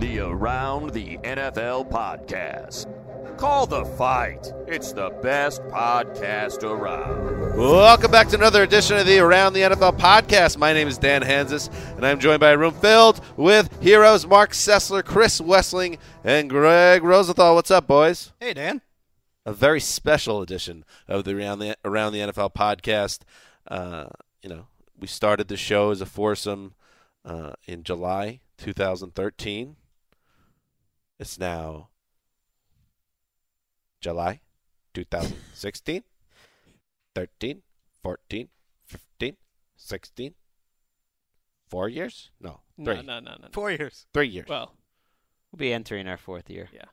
The Around the NFL podcast. Call the fight. It's the best podcast around. Welcome back to another edition of the Around the NFL podcast. My name is Dan Hansis, and I'm joined by a room filled with heroes Mark Sessler, Chris Wessling, and Greg Rosenthal. What's up, boys? Hey, Dan. A very special edition of the Around the, Around the NFL podcast. Uh, you know, we started the show as a foursome uh, in July 2013. It's now July 2016, 13, 14, 15, 16. Four years? No, No, three. no, no, no. no. Four years. Three years. Well, We'll be entering our fourth year. yeah.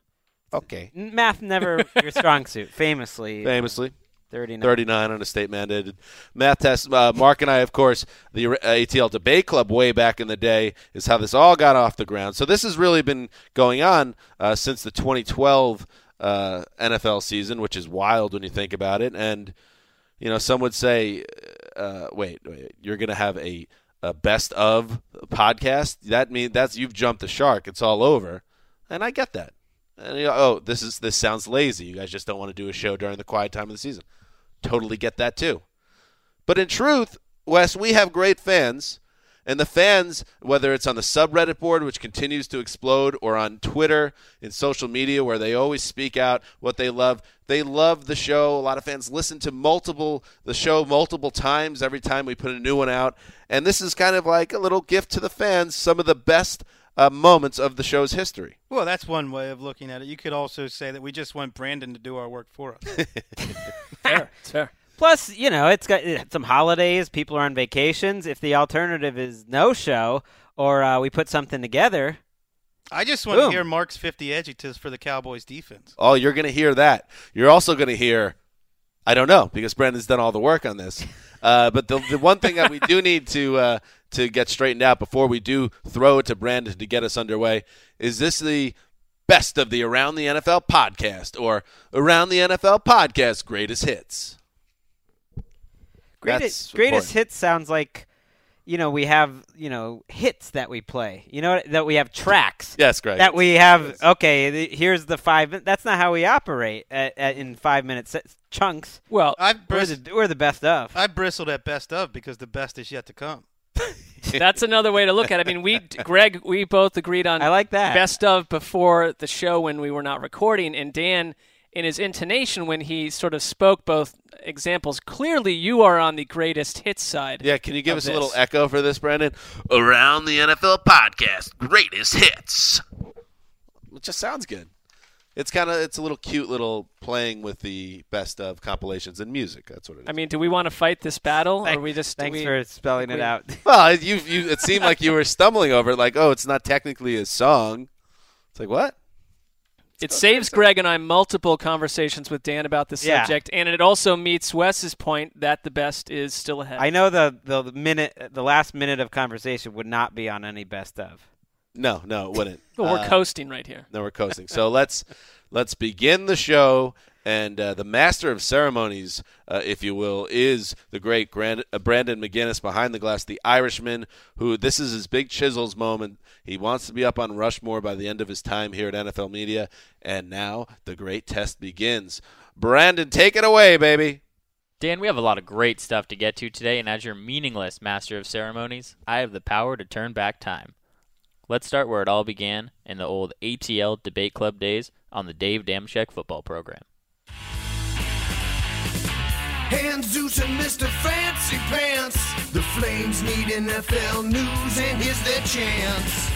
okay. N- Math never your strong suit, famously. Famously. 39. 39 on a state mandated math test. Uh, Mark and I, of course, the uh, ATL debate club way back in the day is how this all got off the ground. So this has really been going on uh, since the 2012 uh, NFL season, which is wild when you think about it. And you know, some would say, uh, wait, wait, you're going to have a, a best of podcast. That means that's you've jumped the shark. It's all over, and I get that. And you know, oh, this is this sounds lazy. You guys just don't want to do a show during the quiet time of the season. Totally get that too. But in truth, Wes, we have great fans. And the fans, whether it's on the subreddit board, which continues to explode, or on Twitter, in social media, where they always speak out what they love, they love the show. A lot of fans listen to multiple the show multiple times every time we put a new one out. And this is kind of like a little gift to the fans, some of the best uh, moments of the show's history. Well, that's one way of looking at it. You could also say that we just want Brandon to do our work for us. Fair, it's fair. Plus, you know, it's got it- some holidays. People are on vacations. If the alternative is no show or uh, we put something together, I just want to Boom. hear Mark's 50 adjectives for the Cowboys defense. Oh, you're going to hear that. You're also going to hear, I don't know, because Brandon's done all the work on this. Uh, but the, the one thing that we do need to uh, to get straightened out before we do throw it to Brandon to get us underway is this the best of the Around the NFL podcast or Around the NFL podcast greatest hits? That's greatest greatest important. hits sounds like, you know, we have you know hits that we play. You know that we have tracks. Yes, Greg. That we have okay. The, here's the five. That's not how we operate at, at, in five minute sets, chunks. Well, I've We're bris- the, we're the best of. I bristled at best of because the best is yet to come. that's another way to look at it. I mean, we, Greg, we both agreed on I like that. best of before the show when we were not recording, and Dan, in his intonation when he sort of spoke both examples, clearly you are on the greatest hits side. Yeah, can you give of us a little this. echo for this, Brandon? Around the NFL podcast, greatest hits. It just sounds good. It's kind of it's a little cute little playing with the best of compilations and music. That's what it is. I mean, do we want to fight this battle, or we just do Thanks we- for spelling it we- out. well, you you it seemed like you were stumbling over it, like oh, it's not technically a song. It's like what? it saves Greg and I multiple conversations with Dan about this Yeah. subject, and it also meets Wes's point that the best is still ahead. I know the, the the minute the last minute of conversation would not be on any best of. No, no, it wouldn't. But we're Uh, coasting right here. No, we're coasting. So let's let's begin the show. And uh, the master of ceremonies, uh, if you will, is the great Grand- uh, Brandon McGinnis behind the glass, the Irishman, who this is his big chisels moment. He wants to be up on Rushmore by the end of his time here at NFL Media. And now the great test begins. Brandon, take it away, baby. Dan, we have a lot of great stuff to get to today, and as your meaningless master of ceremonies, I have the power to turn back time. Let's start where it all began in the old ATL debate club days on the Dave Damschek football program. And Zeus and Mr. Fancy Pants. The Flames need NFL news, and here's their chance.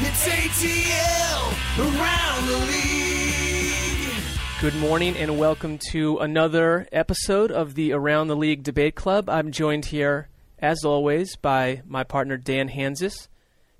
It's ATL around the league. Good morning and welcome to another episode of the Around the League Debate Club. I'm joined here, as always, by my partner Dan Hansis.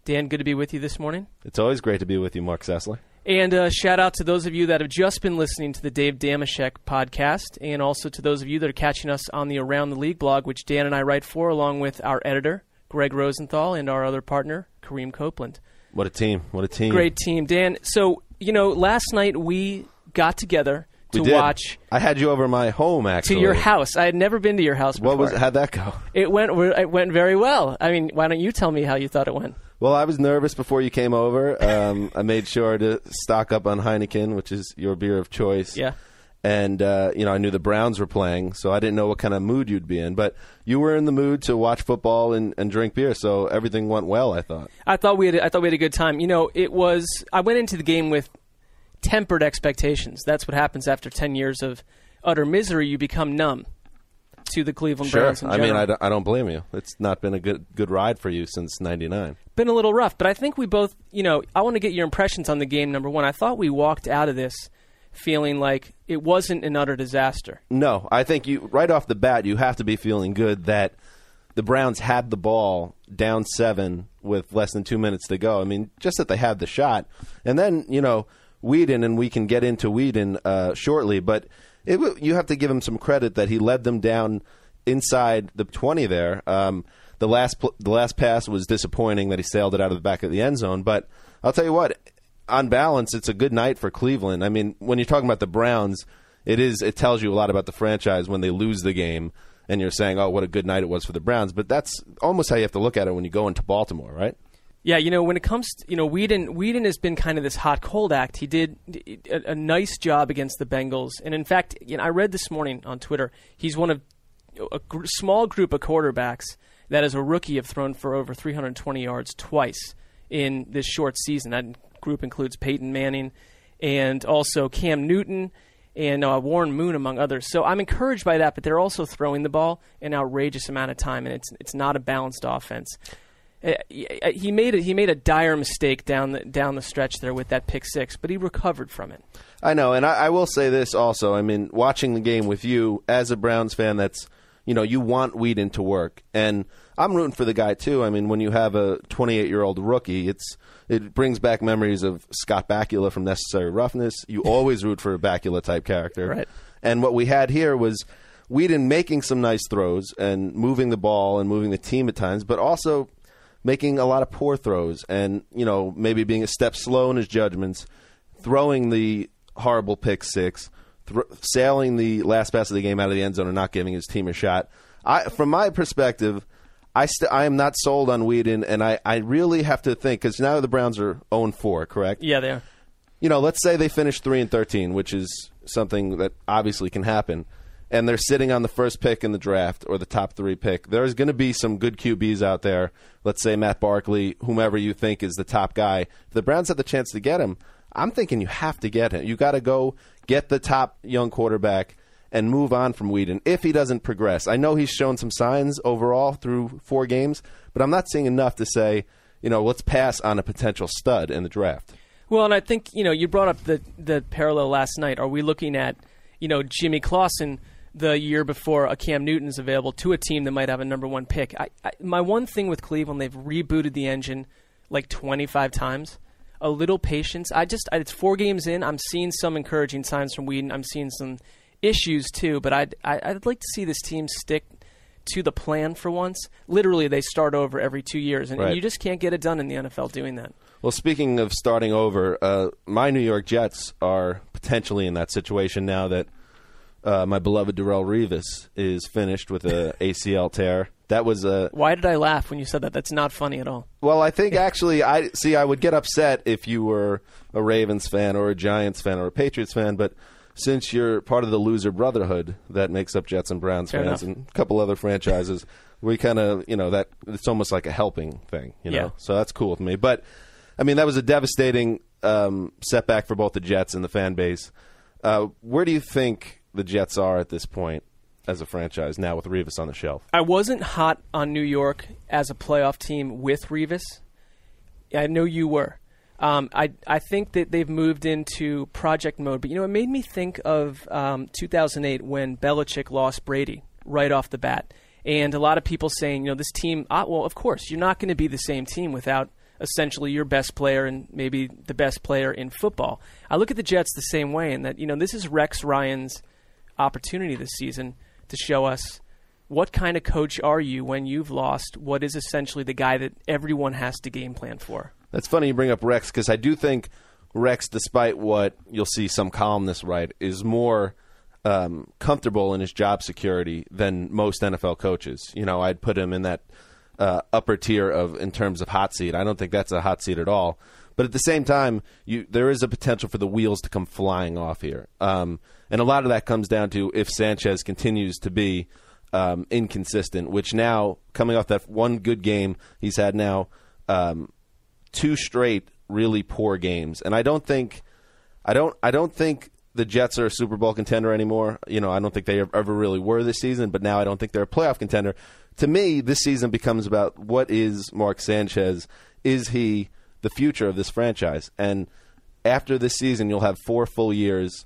Dan, good to be with you this morning. It's always great to be with you, Mark Sessler. And uh, shout out to those of you that have just been listening to the Dave Damashek podcast, and also to those of you that are catching us on the Around the League blog, which Dan and I write for, along with our editor, Greg Rosenthal, and our other partner, Kareem Copeland. What a team! What a team! Great team, Dan. So, you know, last night we got together We to did. watch I had you over my home to actually. your house. I had never been to your house before. What was? How'd that go? It went it went very well. I mean, why don't you tell me how you thought it went? Well, I was nervous before you came over. Um, I made sure to stock up on Heineken, which is your beer of choice. Yeah. And uh, you know, I knew the Browns were playing, so I didn't know what kind of mood you'd be in. But you were in the mood to watch football and, and drink beer, so everything went well. I thought. I thought we had I thought we had a good time. You know, it was I went into the game with tempered expectations. That's what happens after 10 years of utter misery, you become numb to the Cleveland Browns in I mean, general. I don't, I don't blame you. It's not been a good good ride for you since '99. been a little rough, but I think we both, you know, I want to get your impressions on the game number 1. I thought we walked out of this feeling like it wasn't an utter disaster. No, I think you right off the bat you have to be feeling good that the Browns had the ball down seven with less than two minutes to go. I mean, just that they had the shot, and then you know Whedon, and we can get into Whedon uh, shortly, but it, w- you have to give him some credit that he led them down inside the twenty there. Um, the last pl- the last pass was disappointing that he sailed it out of the back of the end zone, but I'll tell you what, on balance, it's a good night for Cleveland. I mean, when you're talking about the Browns, it is it tells you a lot about the franchise when they lose the game and you're saying, "Oh, what a good night it was for the Browns." But that's almost how you have to look at it when you go into Baltimore, right? Yeah, you know, when it comes to, you know, Whedon, Whedon has been kind of this hot cold act. He did a, a nice job against the Bengals. And in fact, you know, I read this morning on Twitter, he's one of a gr- small group of quarterbacks that as a rookie have thrown for over 320 yards twice in this short season. That group includes Peyton Manning and also Cam Newton and uh, Warren Moon, among others. So I'm encouraged by that, but they're also throwing the ball an outrageous amount of time, and it's, it's not a balanced offense Uh, he made a, he made a dire mistake down the, down the stretch there with that pick six, but he recovered from it. I know, and I, I will say this also. I mean, watching the game with you as a Browns fan, that's you know you want Whedon to work, and I'm rooting for the guy too. I mean, when you have a 28 year old rookie, it's it brings back memories of Scott Bakula from Necessary Roughness. You always root for a Bakula type character, Right. And what we had here was Whedon making some nice throws and moving the ball and moving the team at times, but also making a lot of poor throws and you know maybe being a step slow in his judgments, throwing the horrible pick six, thr sailing the last pass of the game out of the end zone and not giving his team a shot. I, from my perspective, I st- I am not sold on Whedon, and I, I really have to think because now the Browns are 0 4, correct? Yeah, there. you know, let's say they finish three and thirteen, which is something that obviously can happen, and they're sitting on the first pick in the draft or the top three pick. There's going to be some good QBs out there. Let's say Matt Barkley, whomever you think is the top guy. If the Browns have the chance to get him, I'm thinking you have to get him. You got to go get the top young quarterback and move on from Whedon if he doesn't progress. I know he's shown some signs overall through four games, but I'm not seeing enough to say, you know, let's pass on a potential stud in the draft. Well, and I think you know you brought up the the parallel last night. Are we looking at you know Jimmy Clausen the year before a Cam Newton's available to a team that might have a number one pick? I, I, my one thing with Cleveland, they've rebooted the engine like 25 times. a little patience. I just it's four games in. I'm seeing some encouraging signs from Whedon. I'm seeing some issues too, but I'd I- I'd like to see this team stick to the plan for once. Literally, they start over every two years, and, and Right. you just can't get it done in the NFL doing that. Well, speaking of starting over, uh, my New York Jets are potentially in that situation now that uh, my beloved Darrell Revis is finished with a ACL tear. That was a Why did I laugh when you said that? That's not funny at all. well. I think actually, I see. I would get upset if you were a Ravens fan or a Giants fan or a Patriots fan, but since you're part of the loser brotherhood that makes up Jets and Browns Fair fans enough. and a couple other franchises, we kind of you know that it's almost like a helping thing. You know, Yeah. so that's cool with me. But I mean, that was a devastating um, setback for both the Jets and the fan base. Uh, where do you think the Jets are at this point as a franchise now with Revis on the shelf? I wasn't hot on New York as a playoff team with Revis. I know you were. Um, I I think that they've moved into project mode, but you know it made me think of um, 2008 when Belichick lost Brady right off the bat, and a lot of people saying you know this team ah, well of course you're not going to be the same team without essentially your best player and maybe the best player in football. I look at the Jets the same way, in that you know this is Rex Ryan's opportunity this season to show us what kind of coach are you when you've lost what is essentially the guy that everyone has to game plan for. That's funny you bring up Rex because I do think Rex, despite what you'll see some columnists write, is more um, comfortable in his job security than most NFL coaches. You know, I'd put him in that uh, upper tier of in terms of hot seat. I don't think that's a hot seat at all. But at the same time, you there is a potential for the wheels to come flying off here, um, and a lot of that comes down to if Sanchez continues to be um, inconsistent. Which now, coming off that one good game he's had now, um, two straight really poor games, and I don't think, I don't, I don't think the Jets are a Super Bowl contender anymore. You know, I don't think they ever really were this season, but now I don't think they're a playoff contender. To me, this season becomes about what is Mark Sanchez? Is he the future of this franchise? And after this season, you'll have four full years.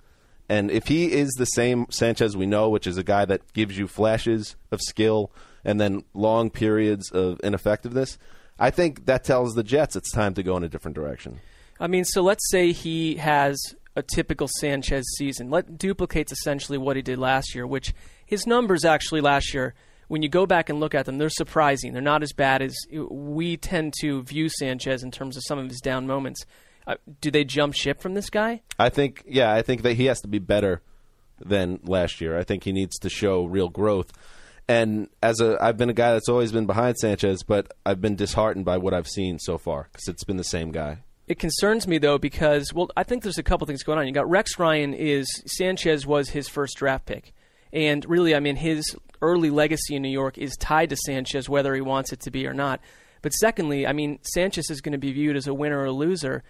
And if he is the same Sanchez we know, which is a guy that gives you flashes of skill and then long periods of ineffectiveness, I think that tells the Jets it's time to go in a different direction. I mean, so let's say he has a typical Sanchez season. Let duplicates essentially what he did last year, which his numbers actually last year, when you go back and look at them, they're surprising. They're not as bad as we tend to view Sanchez in terms of some of his down moments. Uh, do they jump ship from this guy? I think, yeah, I think that he has to be better than last year. I think he needs to show real growth. And as a, I've been a guy that's always been behind Sanchez, but I've been disheartened by what I've seen so far because it's been the same guy. It concerns me though because well, I think there's a couple things going on. You got Rex Ryan is Sanchez was his first draft pick, and really, I mean, his early legacy in New York is tied to Sanchez, whether he wants it to be or not. But secondly, I mean, Sanchez is going to be viewed as a winner or a loser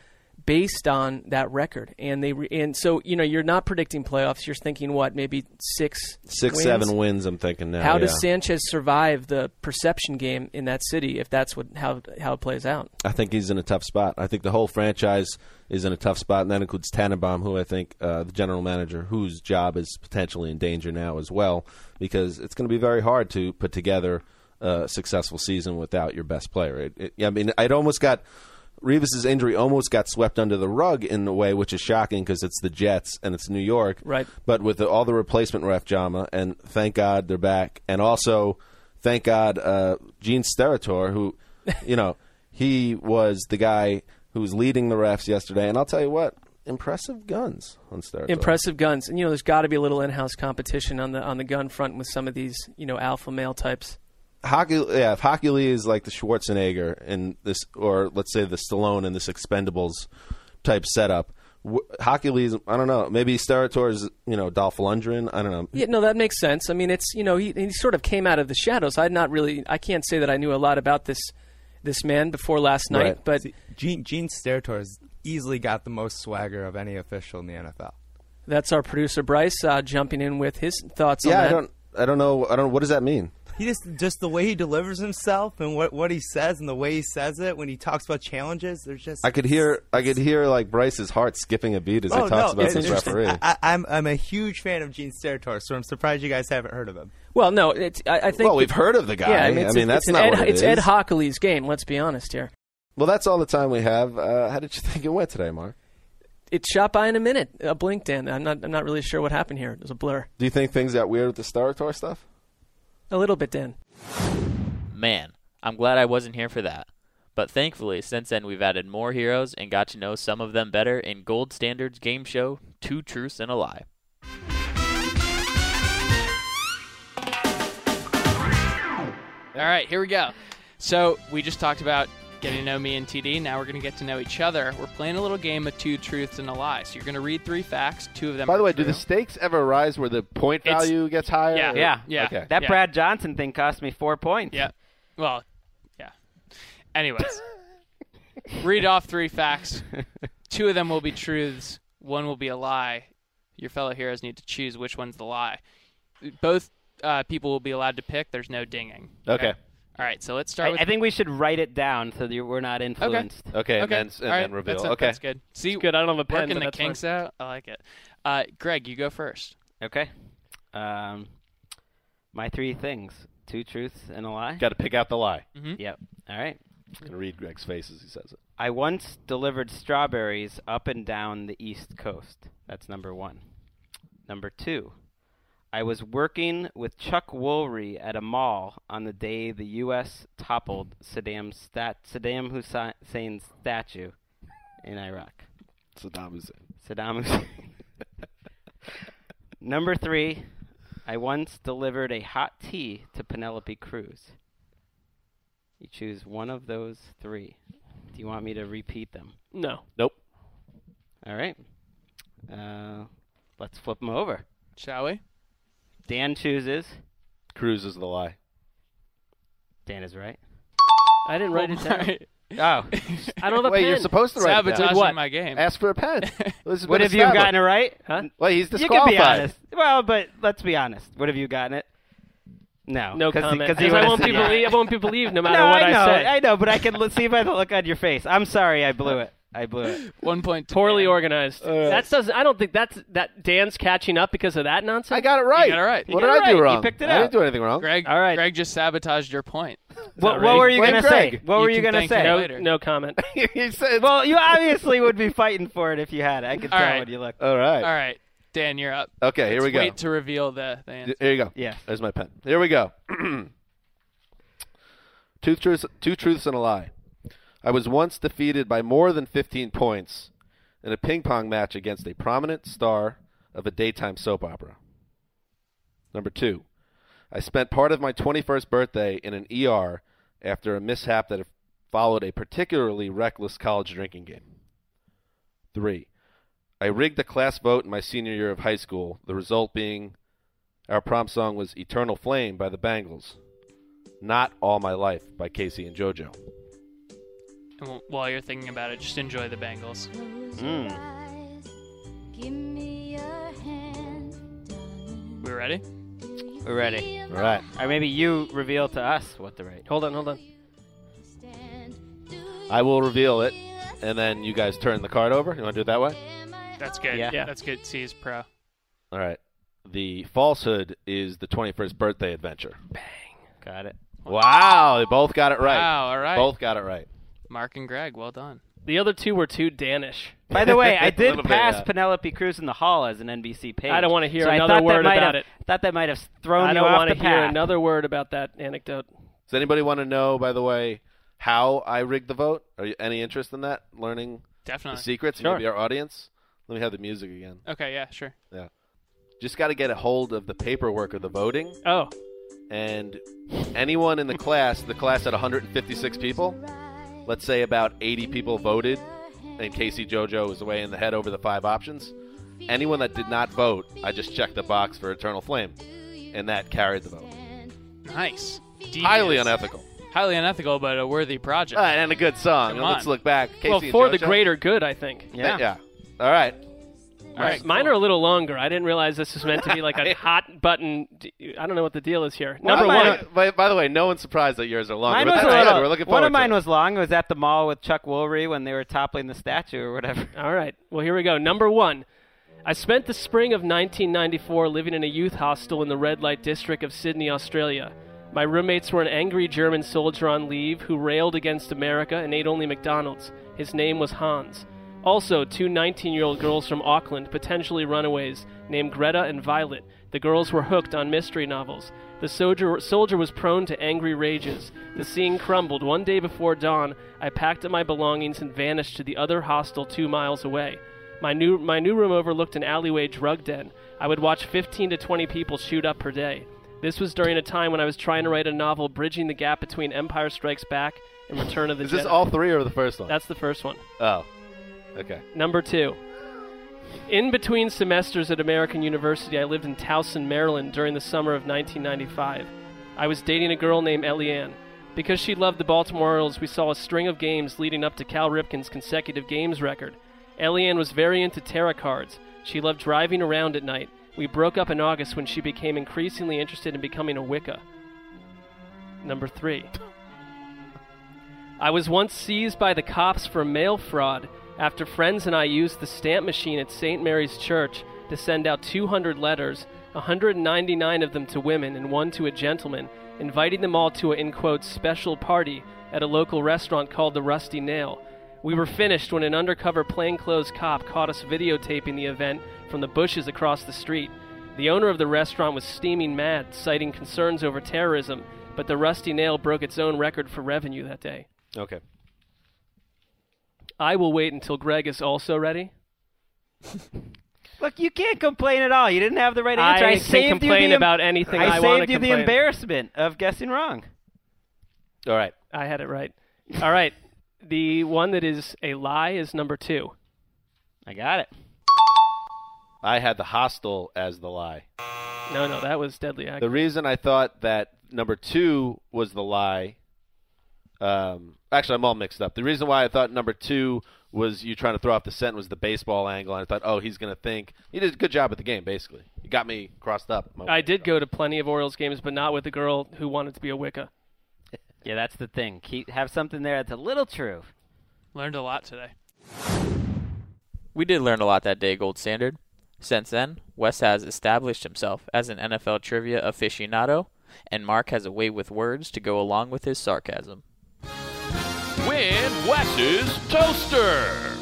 based on that record, and they re- and so you know you're not predicting playoffs. You're thinking what maybe six, Six, wins? seven wins. I'm thinking now. How yeah. does Sanchez survive the perception game in that city if that's what how how it plays out? I think he's in a tough spot. I think the whole franchise is in a tough spot, and that includes Tannenbaum, who I think uh, the general manager, whose job is potentially in danger now as well, because it's going to be very hard to put together a successful season without your best player. It, it, I mean, it almost got Revis's injury almost got swept under the rug in a way, which is shocking because it's the Jets and it's New York. Right. But with the, all the replacement ref drama, and thank God they're back, and also thank God uh, Gene Steratore, who, you know, he was the guy who was leading the refs yesterday, and I'll tell you what, impressive guns on Steratore. impressive guns. And you know, there's got to be a little in-house competition on the on the gun front with some of these you know alpha male types. hockey yeah if hockey Lee is like the schwarzenegger in this or let's say the stallone in this expendables type setup w- hockey Lee is i don't know maybe Steratore is you know dolph lundgren i don't know Yeah, no, that makes sense. I mean, it's you know he, he sort of came out of the shadows. I not really I can't say that I knew a lot about this this man before last night, Right. but Gene, Gene Steratore has easily got the most swagger of any official in the NFL. that's our producer Bryce uh, jumping in with his thoughts on yeah that. i don't i don't know i don't what does that mean He just just the way he delivers himself and what what he says and the way he says it when he talks about challenges. There's just i could hear i could hear like bryce's heart skipping a beat as he Oh, talks no, about it's this interesting. referee I, I, I'm I'm a huge fan of Gene Steratore, so I'm surprised you guys haven't heard of him. well, no, it's, I, I think Well, we've heard of the guy. Yeah, I I mean, it's, mean, it's that's an not Ed, what it it's Ed is. Hockley's game. Let's be honest here. Well, that's all the time we have. Uh, how did you think it went today, Mark? It shot by in a minute, a blink, Dan. I'm not, I'm not really sure what happened here. It was a blur. Do you think things got weird with the Star Tour stuff? A little bit, Dan. Man, I'm glad I wasn't here for that. But thankfully, since then, we've added more heroes and got to know some of them better in Gold Standard's game show, Two Truths and a Lie. All right, here we go. So we just talked about getting to know me and TD. Now we're going to get to know each other. We're playing a little game of two truths and a lie. So you're going to read three facts. Two of them. By are the way, true. do the stakes ever rise where the point It's- value gets higher? Yeah, or- yeah, yeah. Okay. That Yeah. Brad Johnson thing cost me four points. Yeah. Well, yeah. Anyways, read off three facts. Two of them will be truths. One will be a lie. Your fellow heroes need to choose which one's the lie. Both uh, people will be allowed to pick. There's no dinging. Okay. All right. So let's start I, with. I think we should write it down so that we're not influenced. Okay, and then- and All right, then reveal. That's it. Okay. That's good. See, good. I don't have a pen, Working but the that's kinks out. I like it. Uh, Greg, you go first. Okay. Um, my three things: two truths and a lie. Got to pick out the lie. Mhm. Yep. All right. I'm gonna read Greg's face as he says it. I once delivered strawberries up and down the East Coast. That's number one. Number two, I was working with Chuck Woolery at a mall on the day the U.S. toppled Saddam, stat- Saddam Hussein's statue in Iraq. Saddam Hussein. Saddam Hussein. number three, I once delivered a hot tea to Penelope Cruz. You choose one of those three. Do you want me to repeat them? No. Nope. All right. Uh, let's flip them over. Shall we? Dan chooses. Cruz is the lie. Dan is right. I didn't write it down. Oh. I don't have a Wait, pen. you're supposed to write it down. Sabotaging What? my game. Ask for a pen. This has What been have you gotten it established. right? Huh? Wait, he's You can disqualified. be honest. Well, but let's be honest. What have you gotten it? No. No 'cause- comment. 'cause you Because I would've won't said be yeah. believed. I won't be believed no matter no, what I I, know. say. I know, but I can l- see by the look on your face. I'm sorry, I blew it. I blew it. Uh, One point. to Poorly Dan. organized. that doesn't. I don't think that's that. Dan's catching up because of that nonsense. I got it right. You got it right. What You did got it I do right. You wrong? picked it I up. didn't do anything wrong. Greg. All right. Greg just sabotaged your point. What, that what right? were you Blame gonna Greg. say? What You were you can gonna thank him say? no, later. no comment. he said, Well, you obviously would be fighting for it if you had. I could All tell right. when you looked. all right. All right, Dan, you're up. Okay, here Let's we go. Wait to reveal the, the answer. Here you go. Yeah. There's my pen. Here we go. two truths, two truths and a lie. I was once defeated by more than 15 points in a ping pong match against a prominent star of a daytime soap opera. Number two, I spent part of my 21st birthday in an ER after a mishap that followed a particularly reckless college drinking game. Three, I rigged a class vote in my senior year of high school, the result being our prom song was Eternal Flame by the Bangles. Not All My Life by Casey and JoJo. And wh- while you're thinking about it, just enjoy the Bengals. Mm. Mm. We ready? We're ready. All right. Or maybe you reveal to us what the right. Hold on, hold on. I will reveal it, and then you guys turn the card over. You want to do it that way? That's good. Yeah. Yeah. That's good. C is pro. All right. The falsehood is the 21st birthday adventure. Got it. Wow, they both got it right. Wow. All right. Both got it right. Mark and Greg, well done. The other two were too Danish. By the way, I A did little bit, pass yeah. Penelope Cruz in the hall as an NBC page. I don't wanna hear so I another thought that word might about have- it. Thought that might have thrown I you don't off want the to hear path. another word about that anecdote. Does anybody want to know, by the way, how I rigged the vote? Are you any interest in that? Learning the Definitely. secrets? Sure. Maybe our audience? Let me have the music again. okay. Yeah. Sure. Yeah. Just got to get a hold of the paperwork of the voting. Oh, and anyone in the class, the class had 156 people. Let's say about 80 people voted, and Casey JoJo was way in the head over the five options. Anyone that did not vote, I just checked the box for Eternal Flame, and that carried the vote. Nice. Devious. Highly unethical. Highly unethical, but a worthy project. All right, and a good song. Come Now Let's on. look back. Casey well, and for the JoJo? greater good, I think. Yeah. Yeah. All right. All right. Mine are a little longer. I didn't realize this was meant to be like a hot button. d- I don't know what the deal is here. Number Well, one. mine- By, by the way, no one's surprised that yours are long. Mine but was that's a good. little, We're looking forward one of to mine it. was long. It was at the mall with Chuck Woolery when they were toppling the statue or whatever. All right. Well, here we go. Number one. I spent the spring of 1994 living in a youth hostel in the red light district of Sydney, Australia. My roommates were an angry German soldier on leave who railed against America and ate only McDonald's. His name was Hans. Also, two 19 year old girls from Auckland, potentially runaways, named Greta and Violet. The girls were hooked on mystery novels. The soldier, soldier was prone to angry rages. The scene crumbled. One day before dawn, I packed up my belongings and vanished to the other hostel two miles away. My new, my new room overlooked an alleyway drug den. I would watch 15 to 20 people shoot up per day. This was during a time when I was trying to write a novel bridging the gap between Empire Strikes Back and Return of the Is this Jedi. all three or the first one? That's the first one. Oh, okay. Number two. In between semesters at American University, I lived in Towson, Maryland during the summer of 1995. I was dating a girl named Eliane. Because she loved the Baltimore Orioles, we saw a string of games leading up to Cal Ripken's consecutive games record. Eliane was very into tarot cards. She loved driving around at night. We broke up in August when she became increasingly interested in becoming a Wicca. Number three. I was once seized by the cops for mail fraud after friends and I used the stamp machine at St. Mary's Church to send out 200 letters, 199 of them to women and one to a gentleman, inviting them all to a in quotes special party at a local restaurant called the Rusty Nail. We were finished when an undercover plainclothes cop caught us videotaping the event from the bushes across the street. The owner of the restaurant was steaming mad, citing concerns over terrorism, but the Rusty Nail broke its own record for revenue that day. Okay. I will wait until Greg is also ready. Look, you can't complain at all. You didn't have the right I answer. I, can saved you complain the em- about anything I wanna saved you complain. the embarrassment of guessing wrong. All right. I had it right. All right. The one that is a lie is number two. I got it. I had the hostile as the lie. No, no, that was deadly accurate. The reason I thought that number two was the lie. Um, actually, I'm all mixed up. The reason why I thought number two was you trying to throw off the scent was the baseball angle, and I thought, oh, he's going to think he did a good job at the game. Basically, he got me crossed up. My- Uh, I did go to plenty of Orioles games, but not with a girl who wanted to be a Wicca. Yeah, that's the thing. Keep have something there that's a little true. Learned a lot today. We did learn a lot that day, Gold Standard. Since then, Wes has established himself as an NFL trivia aficionado, and Mark has a way with words to go along with his sarcasm. Win Wes's Toaster.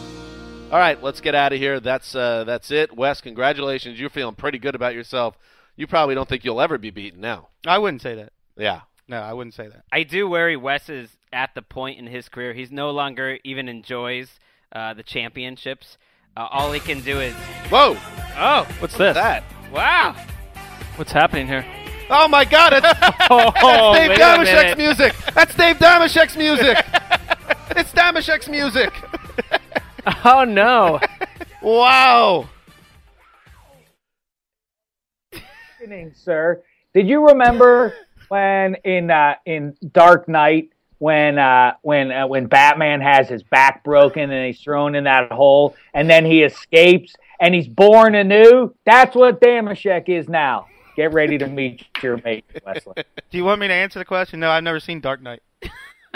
All right, let's get out of here. That's uh, that's it. Wes, congratulations. You're feeling pretty good about yourself. You probably don't think you'll ever be beaten now. I wouldn't say that. Yeah. No, I wouldn't say that. I do worry Wes is at the point in his career he's no longer even enjoys uh, the championships. Uh, all he can do is whoa. Oh, what's this? That. Wow. What's happening here? Oh my God! It's, Oh, that's Dave wait a Damashek's minute. music. That's Dave Damashek's music. it's Damashek's music. Oh no! wow. Evening, sir. Did you remember when in uh, in Dark Knight when uh, when uh, when Batman has his back broken and he's thrown in that hole and then he escapes and he's born anew? That's what Damashek is now. Get ready to meet your mate, Wesley. Do you want me to answer the question? No, I've never seen Dark Knight.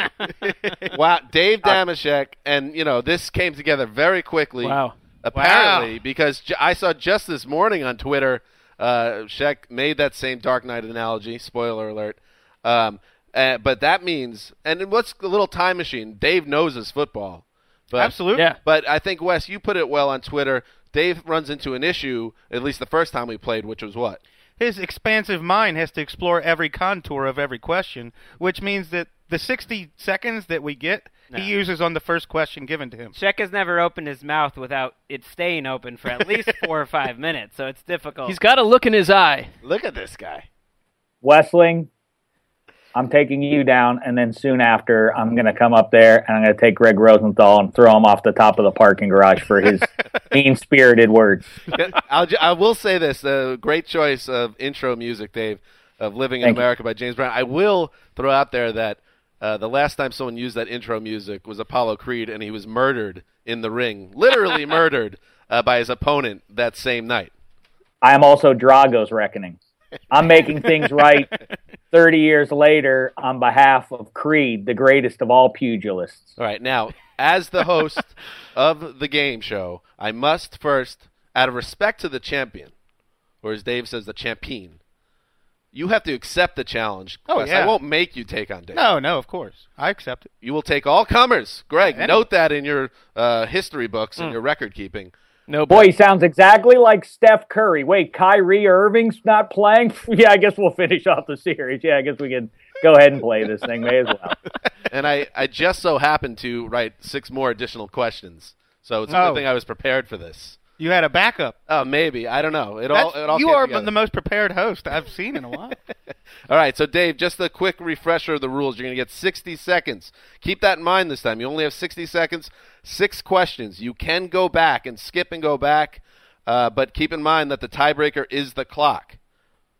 wow, Dave Damashek, and you know this came together very quickly. Wow. Apparently, because j- I saw just this morning on Twitter, uh, Shek made that same Dark Knight analogy. Spoiler alert. Um, uh, but that means, and then what's the little time machine? Dave knows his football. But, Absolutely. Yeah. But I think Wes, you put it well on Twitter. Dave runs into an issue at least the first time we played, which was what? His expansive mind has to explore every contour of every question, which means that the 60 seconds that we get, No. he uses on the first question given to him. Check has never opened his mouth without it staying open for at least four or five minutes, so it's difficult. He's got a look in his eye. Look at this guy. Wesling, I'm taking you down, and then soon after, I'm going to come up there and I'm going to take Greg Rosenthal and throw him off the top of the parking garage for his mean spirited words. I'll ju- I will say this: uh, great choice of intro music, Dave, of "Living in Thank you. America" by James Brown. I will throw out there that uh, the last time someone used that intro music was Apollo Creed, and he was murdered in the ring, literally murdered uh, by his opponent that same night. I am also Drago's reckoning. I'm making things right 30 years later on behalf of Creed, the greatest of all pugilists. All right, now as the host of the game show, I must first, out of respect to the champion, or as Dave says, the champion, You have to accept the challenge. Oh, Wes. I yeah. won't make you take on Dave. No, no, of course. I accept it. You will take all comers. Greg, Any- Mm. note that in your uh, history books and your record keeping. No, boy, he sounds exactly like Steph Curry. Wait, Kyrie Irving's not playing. yeah, I guess we'll finish off the series. Yeah, I guess we can go ahead and play this thing. May as well. and I, I just so happened to write six more additional questions. So it's a Oh. good thing I was prepared for this. You had a backup. Oh, maybe. I don't know. It all, That's- it all you came are together. the most prepared host I've seen in a while. All right, so Dave, just a quick refresher of the rules. You're going to get 60 seconds. Keep that in mind this time. You only have 60 seconds, six questions. You can go back and skip and go back, uh, but keep in mind that the tiebreaker is the clock.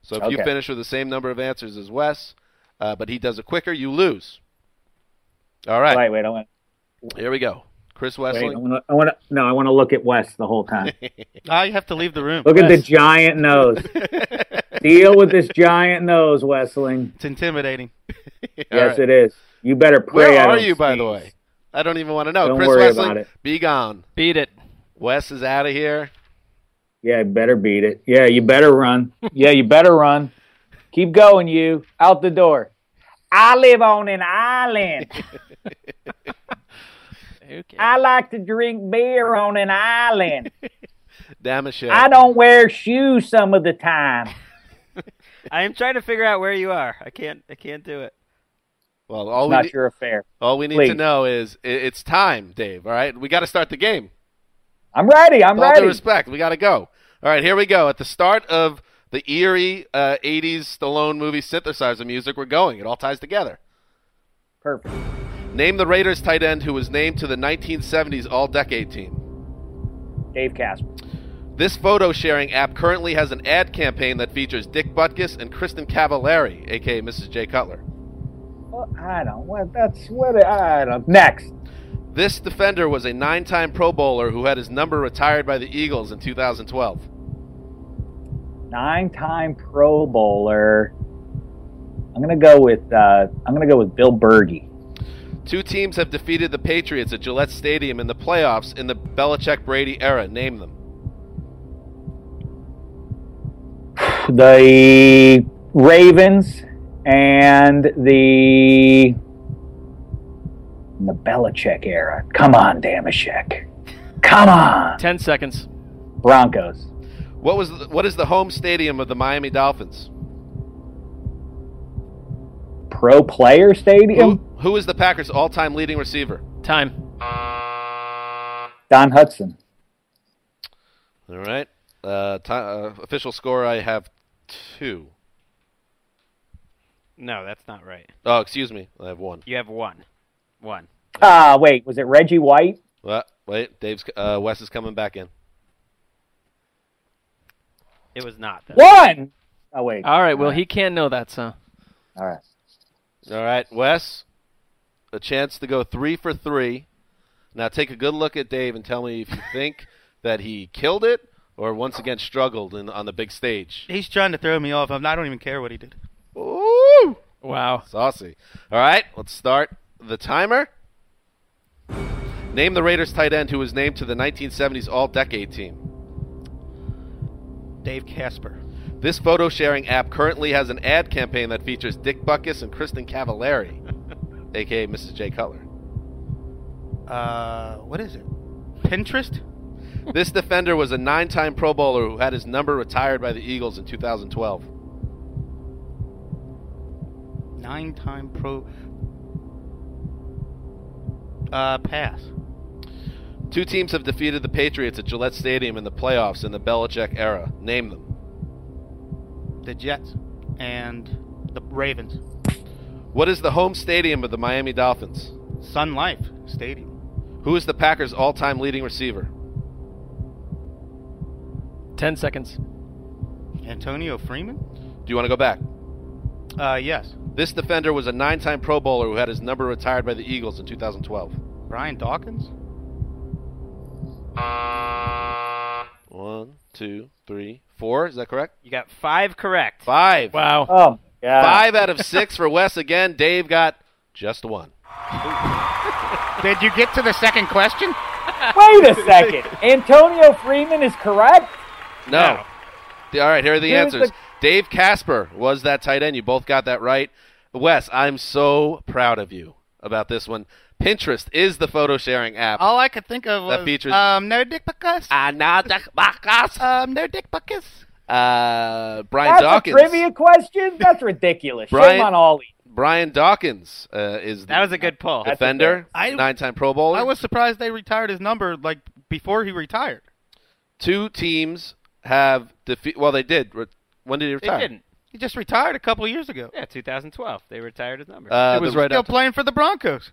So if you Okay. finish with the same number of answers as Wes, uh, but he does it quicker, you lose. All right. Wait, wait, I want. Here we go. Chris Wait, Wesley. I want to. I want to. No, I want to look at Wes the whole time. Ah, you have to leave the room. Look at the giant nose. Deal with this giant nose, Wesling. It's intimidating. Yes, it is. You better pray. Where I are don't you, by the sneeze. way? I don't even want to know. Don't Chris worry Wesley, about it. be gone. Beat it. Wes is out of here. Yeah, you better beat it. Yeah, you better run. yeah, you better run. Keep going, you. Out the door. I live on an island. I like to drink beer on an island. Damashek. I don't wear shoes some of the time. I am trying to figure out where you are. I can't. I can't do it. Well, all It's we not need, your affair. All we need to Please. know is i it's time, Dave. All right, we got to start the game. I'm ready. I'm With all ready. due respect, we got to go. All right, here we go. At the start of the eerie uh, '80s Stallone movie synthesizer music, we're going. It all ties together. Perfect. Name the Raiders tight end who was named to the 1970s All-Decade Team. Dave Casper. This photo sharing app currently has an ad campaign that features Dick Butkus and Kristen Cavallari, aka Mrs. J. Cutler. Well, I don't. What? That's what. I don't. Next. This defender was a nine-time Pro Bowler who had his number retired by the Eagles in 2012. Nine-time Pro Bowler. I'm gonna go with. Uh, I'm gonna go with Bill Berge. Two teams have defeated the Patriots at Gillette Stadium in the playoffs in the Belichick Brady era. Name them. The Ravens and the and the Belichick era. Come on, Damashek. Come Uh, on. Ten seconds. Broncos. What was the, what is the home stadium of the Miami Dolphins? Pro Player Stadium. Who is the Packers' all-time leading receiver? Time. Don Hudson. All right. Uh, ti uh, official score I have two. No, that's not right. Oh, excuse me. I have one. You have one. One. Ah, wait. Was it Reggie White? Uh, wait, Dave's uh, Wes is coming back in. It was not. Though. One. Oh wait. All right. Well, he can't know that, so. All right. All right, Wes, a chance to go three for three. Now take a good look at Dave and tell me if you think that he killed it or once again struggled in, on the big stage. He's trying to throw me off. I'm, I don't even care what he did. Ooh! Wow. Saucy. All right, let's start the timer. Name the Raiders tight end who was named to the 1970s All Decade team. Dave Casper. This photo sharing app currently has an ad campaign that features Dick Buckus and Kristen Cavallari, aka Mrs. J. Cutler. Uh, what is it? Pinterest? This defender was a nine time Pro Bowler who had his number retired by the Eagles in 2012. Nine-time pro. Uh, pass. Two teams have defeated the Patriots at Gillette Stadium in the playoffs in the Belichick era. Name them. The Jets and the Ravens. What is the home stadium of the Miami Dolphins? Sun Life Stadium. Who is the Packers' all time leading receiver? 10 seconds. Antonio Freeman? Do you want to go back? Uh, yes. This defender was a nine time Pro Bowler who had his number retired by the Eagles in 2012. Brian Dawkins? One, two, three, four. Is that correct? You got five correct. Five. Wow. Oh, God. Five out of six for Wes again. Dave got just one. Did you get to the second question? Wait a second. Antonio Freeman is correct. No. The- all right, here are the Here's answers. the- Dave Casper was that tight end. You both got that right. Wes, I'm so proud of you about this one. Pinterest is the photo sharing app. All I could think of was That features- um, no dick because. Ah, no dick because. Um, no dick because. Uh, Brian Oh. That's Dawkins. a trivia question. That's ridiculous. Brian, Shame on all. Brian Dawkins uh, is that was a good pull. defender, That's a good- I- nine-time Pro Bowler. I was surprised they retired his number like before he retired. Two teams have defeat. Well, they did. Re- when did he retire? He just retired a couple of years ago. Yeah, 2012. They retired his number. Uh, he was the- right still after- playing for the Broncos.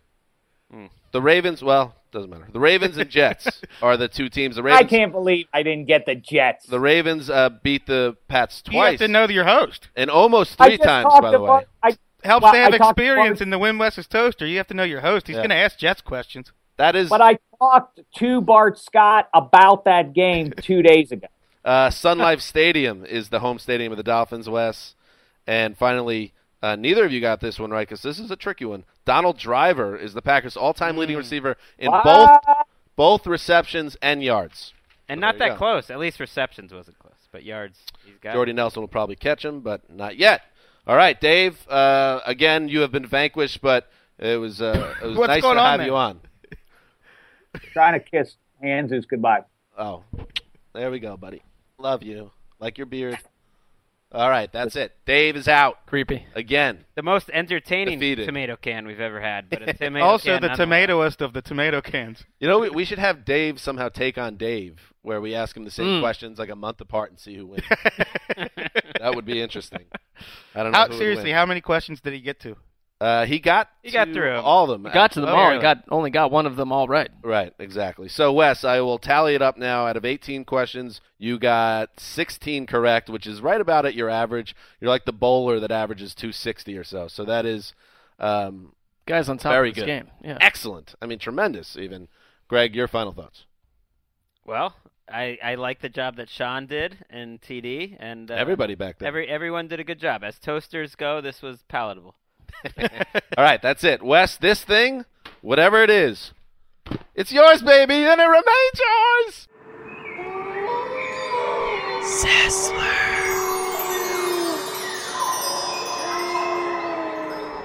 The Ravens. Well, doesn't matter. The Ravens and Jets are the two teams. The I Ravens. can't believe I didn't get the Jets. The Ravens uh, beat the Pats You have twice to know your host. and almost I three just times. talked By the way, about- I, Helps well, to have I talked experience about- in the Win West's toaster. You have to know your host. He's Yeah. going to ask Jets questions. That is. But I talked to Bart Scott about that game two days ago. Uh, Sun Life Stadium is the home stadium of the Dolphins, Wes. And finally, uh, neither of you got this one right because this is a tricky one. Donald Driver is the Packers' all-time leading receiver in both both receptions and yards. and So not there you that go. close. At least receptions wasn't close, but yards. He's got Jordy Nelson will probably catch him, but not yet. All right, Dave. Uh, again, you have been vanquished, but it was uh, it was What's nice going to on have there? you on. Trying to kiss hands is goodbye. Oh, there we go, buddy. Love you. Like your beard. All right, that's it. Dave is out. Creepy. Again. The most entertaining Defeated. tomato can we've ever had, but a tomato Also, can the nonetheless. tomatoist of the tomato cans. You know, we, we should have Dave somehow take on Dave, where we ask him the same Mm. questions like a month apart and see who wins. that would be interesting. I don't know. How, who would seriously, win. how many questions did he get to? Uh, he got He got to through 'em. all of them. He got to them all. He got- only got one of them all right. Right, exactly. So Wes, I will tally it up now. Out of 18 questions, you got 16 correct, which is right about at your average. You're like the bowler that averages 260 or so. So that is um, guys on top very of this good. game. Yeah. Excellent. I mean, tremendous. Even Greg, your final thoughts. Well, I, I like the job that Sean did and TD and uh, Everybody back there. Every everyone did a good job. As toasters go, this was palatable. All right, that's it. Wes, this thing, whatever it is, it's yours, baby, and it remains yours.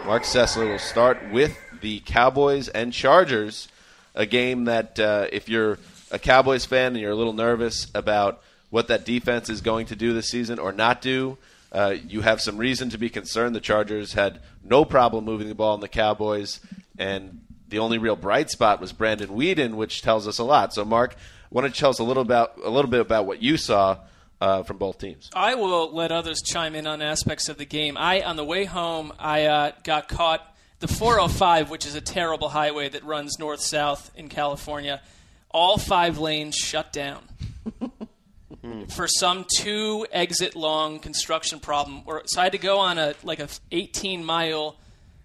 Mark Sessler will start with the Cowboys and Chargers, a game that uh, if you're a Cowboys fan and you're a little nervous about what that defense is going to do this season or not do, uh, you have some reason to be concerned. The Chargers had no problem moving the ball on the Cowboys, and the only real bright spot was Brandon Whedon, which tells us a lot. So, Mark, why don't you tell us a little about a little bit about what you saw uh, from both teams? I will let others chime in on aspects of the game. I, on the way home, I uh, got caught the 405, which is a terrible highway that runs north south in California. All five lanes shut down for some two exit long construction problem. Or so I had to go on a like a 18 mile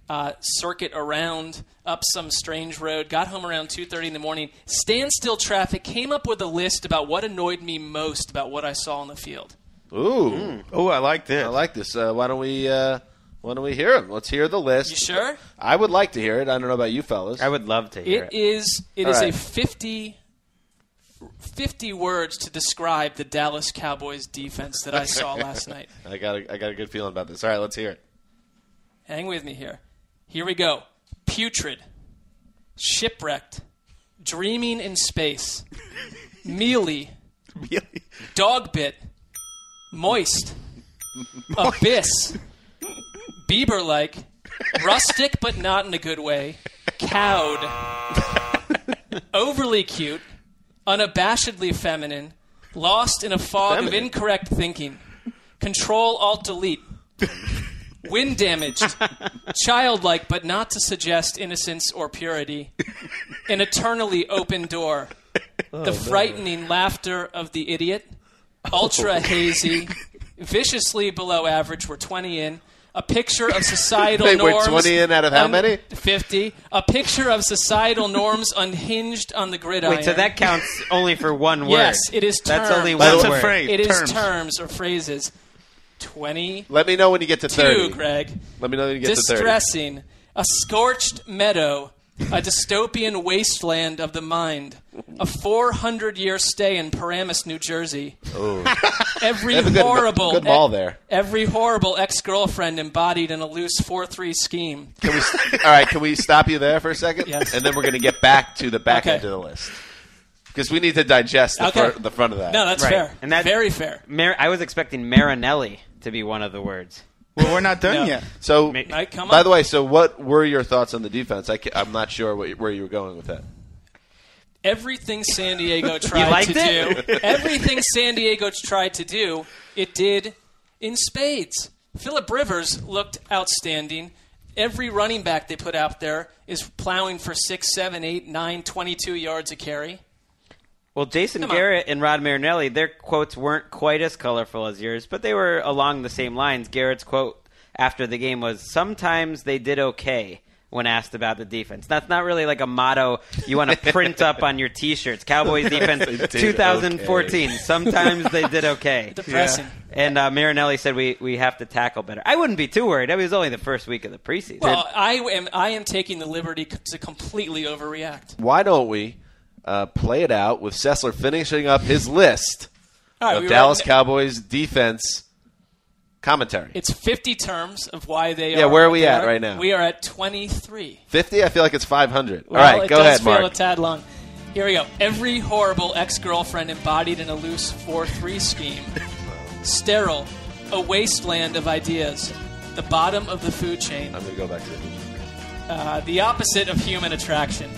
uh, circuit around up some strange road. Got home around 2:30 in the morning. Standstill traffic. Came up with a list about what annoyed me most about what I saw on the field. Ooh, oh, I like this. I like this. Uh, why don't we? Uh, why don't we hear him? Let's hear the list. You sure? I would like to hear it. I don't know about you fellas. I would love to It is it is Alright. a 50, 50 words to describe the Dallas Cowboys defense that I saw last night. I got. A, I got a good feeling about this. All right, let's hear it. Hang with me here. Here we go. Putrid, shipwrecked, dreaming in space, mealy, dog bit, moist, abyss, Bieber like, rustic but not in a good way, cowed, overly cute, unabashedly feminine, lost in a fog of Feminine. incorrect thinking, control alt delete, wind damaged, childlike but not to suggest innocence or purity, an eternally open door, Oh, the no. frightening laughter of the idiot, Oh. ultra hazy, viciously below average. We're 20 in. A picture of societal Wait, we're norms. 20 in out of how many? 50. A picture of societal norms unhinged on the gridiron. Wait, so that counts only for one word. Yes, it is terms. That's only one word. It is terms or phrases. 20. Let me know when you get to thirty. Two, Greg. Let me know when you get to thirty. Distressing. A scorched meadow. A dystopian wasteland of the mind. A 400 year stay in Paramus, New Jersey. Oh. Every They have a good- horrible e-, good ball there. Every horrible ex-girlfriend embodied in a loose four-three scheme. Can we? All right, can we stop you there for a second? Yes. And then we're going to get back to the back Okay. end of the list because we need to digest the, Okay. fir- the front of that. No, that's Right. fair. And that's very fair. Mar- I was expecting Marinelli to be one of the words. Well, we're not done yet. So, Mike, come by on. the way, so what were your thoughts on the defense? I ca- I'm not sure what, you- where you were going with that. Everything San Diego You tried liked to it? do, everything San Diego tried to do, it did in spades. Philip Rivers looked outstanding. Every running back they put out there is plowing for six, seven, eight, nine, 22 yards a carry. Well, Jason Come on. Garrett and Rod Marinelli, their quotes weren't quite as colorful as yours, but they were along the same lines. Garrett's quote after the game was, "Sometimes they did okay." When asked about the defense, that's not really like a motto you want to print up on your T-shirts. Cowboys defense, They did 2014. okay. Sometimes they did okay. Depressing. And uh, Marinelli said we, we have to tackle better. I wouldn't be too worried. I mean, it was only the first week of the preseason. Well, I am, I am taking the liberty c- to completely overreact. Why don't we uh, play it out with Sessler finishing up his list All right, of we were Dallas on- Cowboys defense commentary? It's 50 terms of why they Yeah, are. where are we what they at right now? We are at 23. Fifty? I feel like it's five hundred. Well, All right, it go does ahead, feel Mark. a tad long. Here we go. Every horrible ex-girlfriend embodied in a loose 4-3 scheme. Sterile, a wasteland of ideas. The bottom of the food chain. I'm going to go back to the Uh, the opposite of human attraction.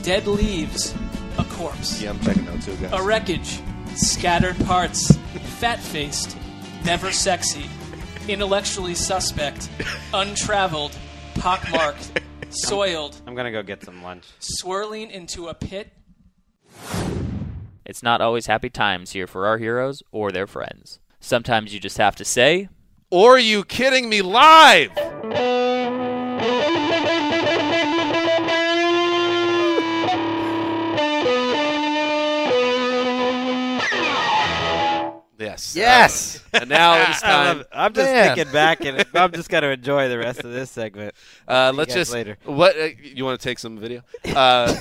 Dead leaves, a corpse. Yeah, I'm checking out too, guys. A wreckage, scattered parts, fat-faced, never sexy, intellectually suspect, untraveled, pockmarked, soiled, I'm gonna go get some lunch. swirling into a pit It's not always happy times here for our heroes or their friends. Sometimes you just have to say, Or are you kidding me live? Yes. Yes. Uh, and now it is I love time. it. I'm just Man. thinking back, and I'm just gonna enjoy the rest of this segment. Uh, See you let's guys just later. What uh, you want to take some video? Uh,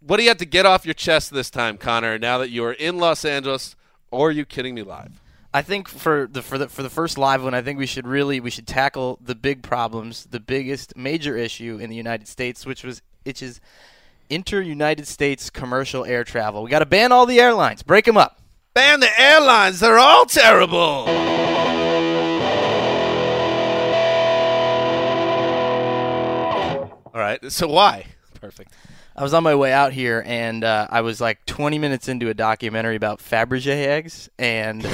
what do you have to get off your chest this time, Connor? Now that you are in Los Angeles, or are you kidding me live? I think for the for the for the first live one, I think we should really we should tackle the big problems, the biggest major issue in the United States, which was which is inter United States commercial air travel. We got to ban all the airlines, break them up. Ban the airlines; they're all terrible. All right. So why? Perfect. I was on my way out here, and uh, I was like 20 minutes into a documentary about Fabergé eggs, and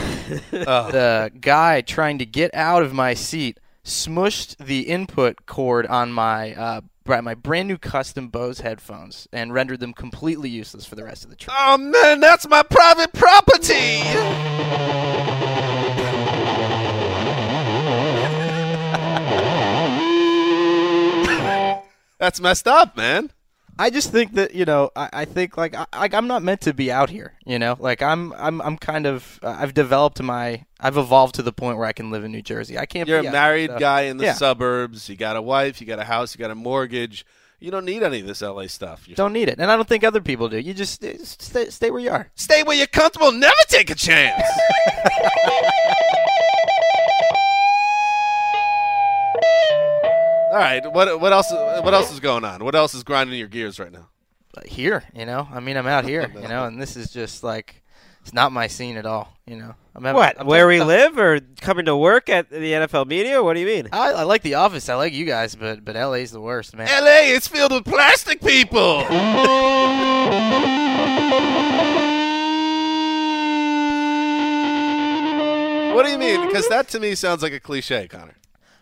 Oh. the guy trying to get out of my seat smushed the input cord on my uh, br- my brand new custom Bose headphones and rendered them completely useless for the rest of the trip. Oh man, that's my private property. That's messed up, man. I just think that you know, I, I think like I, like I'm not meant to be out here. You know, like I'm I'm I'm kind of uh, I've developed my I've evolved to the point where I can live in New Jersey. I can't. You're be a out, married so- guy in the yeah. suburbs. You got a wife. You got a house. You got a mortgage. You don't need any of this LA stuff. You're Don't need it, and I don't think other people do. You just uh, stay, stay where you are. Stay where you're comfortable. Never take a chance. All right. What what else? What else is going on? What else is grinding your gears right now? Here, you know. I mean, I'm out here, you know, and this is just like it's not my scene at all. You know, I'm having, what? I'm Where we having- live, or coming to work at the NFL media? What do you mean? I, I like the office. I like you guys, but but LA's the worst, man. LA is filled with plastic people. What do you mean? Because that to me sounds like a cliche, Connor.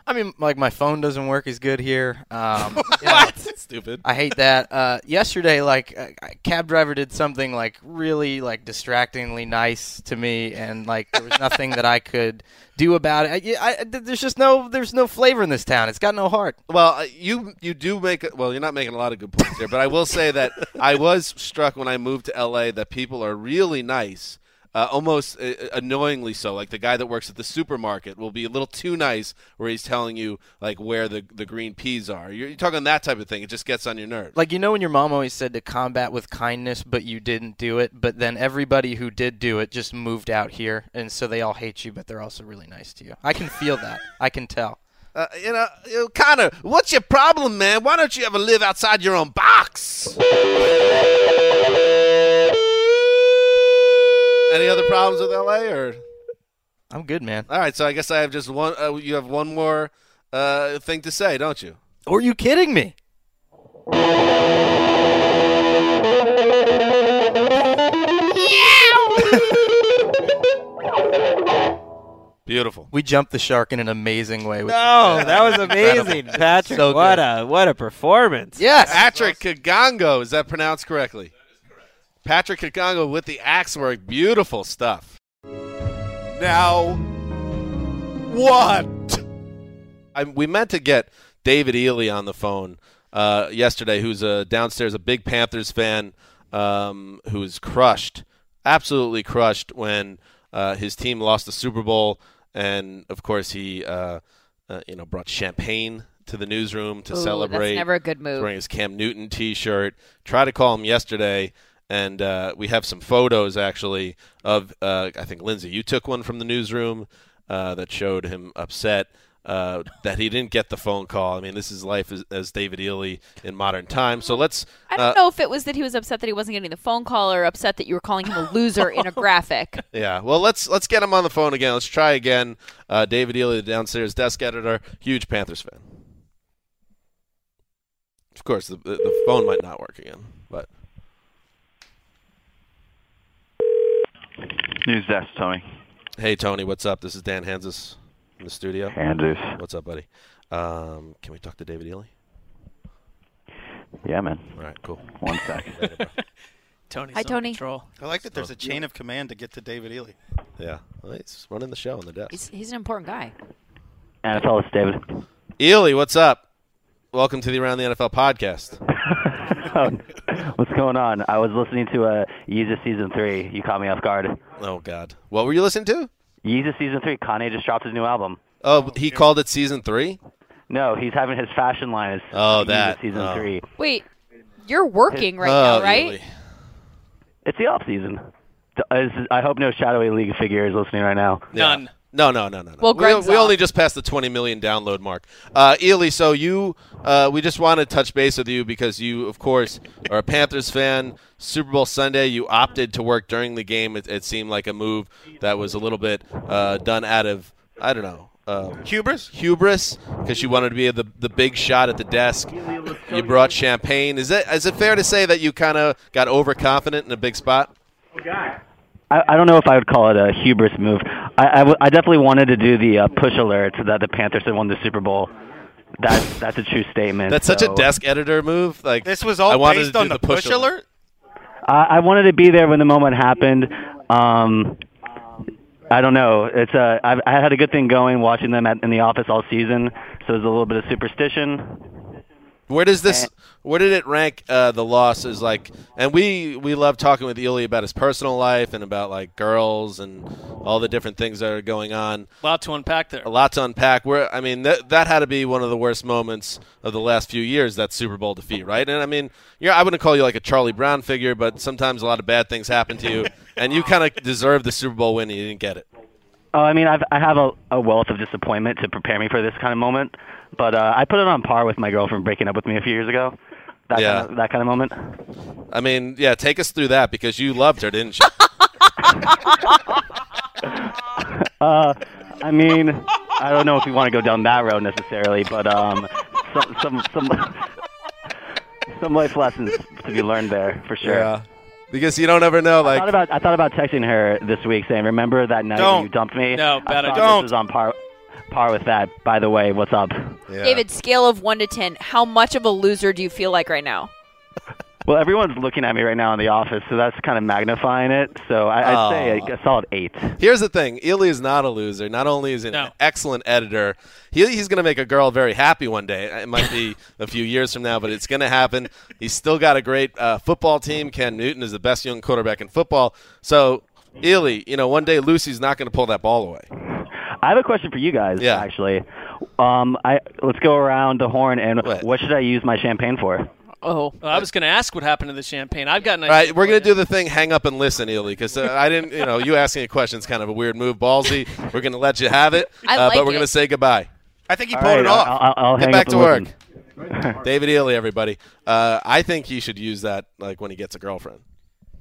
I mean, like my phone doesn't work as good here. Um, you know, What? Stupid. I hate that. Uh, yesterday, like a a cab driver did something like really like distractingly nice to me, and like there was nothing that I could do about it. I, I- I- there's just no there's no flavor in this town. It's got no heart. Well, uh, you you do make a- well. You're not making a lot of good points there, but I will say that I was struck when I moved to LA that people are really nice uh, almost uh, annoyingly so. Like the guy that works at the supermarket will be a little too nice, where he's telling you like where the the green peas are. You're, you're talking that type of thing. It just gets on your nerves. Like you know when your mom always said to combat with kindness, but you didn't do it. But then everybody who did do it just moved out here, and so they all hate you, but they're also really nice to you. I can feel that. I can tell. Uh, you know, you know, Connor, what's your problem, man? Why don't you ever live outside your own box? Any other problems with LA or? I'm good, man. All right, so I guess I have just one. Uh, you have one more uh, thing to say, don't you? Are you kidding me? Beautiful. We jumped the shark in an amazing way. With No, that was amazing, Patrick. So what good. a what a performance! Yes. Patrick Kagango. Is that pronounced correctly? Patrick Kagango with the axe work. Beautiful stuff. Now, what? I, we meant to get David Ely on the phone uh, yesterday, who's uh, downstairs a big Panthers fan um, who was crushed, absolutely crushed when uh, his team lost the Super Bowl, and of course he, uh, uh, you know, brought champagne to the newsroom to Ooh, that's celebrate. never a good move. He's wearing his Cam Newton T-shirt. Tried to call him yesterday. And uh, we have some photos actually of uh, I think Lindsay, you took one from the newsroom uh, that showed him upset uh, that he didn't get the phone call. I mean, this is life as, as David Ely in modern times. So let's. I don't uh, know if it was that he was upset that he wasn't getting the phone call or upset that you were calling him a loser in a graphic. Yeah, well, let's let's get him on the phone again. Let's try again. Uh, David Ely, the downstairs desk editor, huge Panthers fan. Of course, the the- the phone might not work again, but News desk, Tony. Hey Tony, what's up? This is Dan Hansis in the studio. Hansis. what's up, buddy? Um, can we talk to David Ely? Yeah, man. All right, cool. One second. Tony's Hi, on Tony. I like that there's a chain of command to get to David Ely. Yeah, well, he's running the show on the desk. He's, he's an important guy. NFL, it's David. Ely, what's up? Welcome to the Around the NFL podcast. Um, What's going on? I was listening to uh, Yeezus season three. You caught me off guard. Oh God, what were you listening to? Yeezus season three. Kanye just dropped his new album. Oh, he called it season three. No, he's having his fashion line. Is Oh, Yeezus that season oh. three. Wait, you're working right Oh, now, right? really? It's the off season. Th- is- I hope no shadowy league figure is listening right now. None. No, no, no, no, no. Well, We- Greg's we, off. only just passed the 20 million download mark. Uh, Ely, so you, uh, we just want to touch base with you because you, of course, are a Panthers fan. Super Bowl Sunday, you opted to work during the game. It, it seemed like a move that was a little bit uh, done out of, I don't know. Uh, hubris, hubris, because you wanted to be the the big shot at the desk. You brought champagne. Is it is it fair to say that you kind of got overconfident in a big spot? I, I don't know if I would call it a hubris move. I, I, w- I definitely wanted to do the uh, push alert that the Panthers had won the Super Bowl. That's that's a true statement. That's such so- a desk editor move. Like this was all I wanted based to do on the push alert? I, I wanted to be there when the moment happened. Um, I don't know. It's uh, I've, I had a good thing going watching them at, in the office all season, so there's a little bit of superstition. Where does this? Where did it rank? Uh, the loss is like, and we we love talking with Ely about his personal life and about like girls and all the different things that are going on. lot to unpack there. A lot to unpack. Where I mean, that that had to be one of the worst moments of the last few years. That Super Bowl defeat, right? And I mean, yeah, I wouldn't call you like a Charlie Brown figure, but sometimes a lot of bad things happen to you, and you kind of deserve the Super Bowl win. and You didn't get it. Oh, I mean, I've, I have a, a wealth of disappointment to prepare me for this kind of moment, but uh, I put it on par with my girlfriend breaking up with me a few years ago. That Yeah. kind of, that kind of moment. I mean, yeah, take us through that because you loved her, didn't you? Uh, I mean, I don't know if we want to go down that road necessarily, but um, some some some some life lessons to be learned there for sure. Yeah. Because you don't ever know. I Like thought about I thought about texting her this week saying, "Remember that night Don't. when you dumped me? No, I bad thought idea. Don't. This is on par par with that. By the way, what's up? David, scale of one to ten, how much of a loser do you feel like right now? Well, everyone's looking at me right now in the office, so that's kind of magnifying it. So I, I'd say Aw. a, a solid eight. Oh. Here's the thing: Ely is not a loser. Not only is he an excellent editor, he, he's going to make a girl very happy one day. It might be a few years from now, but it's going to happen. He's still got a great uh, football team. Ken Newton is the best young quarterback in football. So Illy, you know, one day Lucy's not going to pull that ball away. I have a question for you guys. Actually, um, I let's go around the horn and what, should I use my champagne for? Oh, I was going to ask what happened to the champagne. I've got an All idea. right, we're going to do the thing hang up and listen, Illy, because uh, I didn't, you know, you asking a question is kind of a weird move. Ballsy, we're going to let you have it, I uh, like but it. we're going to say goodbye. I think he pulled it I'll- off. I'll- I'll Get hang back up to and work. listen. David Illy, everybody. Uh, I think he should use that like when he gets a girlfriend.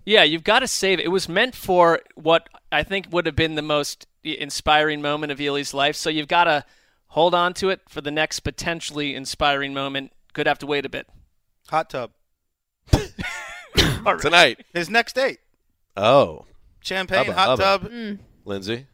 Yeah, you've got to save it. It was meant for what I think would have been the most i- inspiring moment of Ely's life. So you've got to hold on to it for the next potentially inspiring moment. Could have to wait a bit. Hot tub. Tonight. His next date. Oh. Champagne, Hubba, hot hubba. tub. Mm. Lindsay?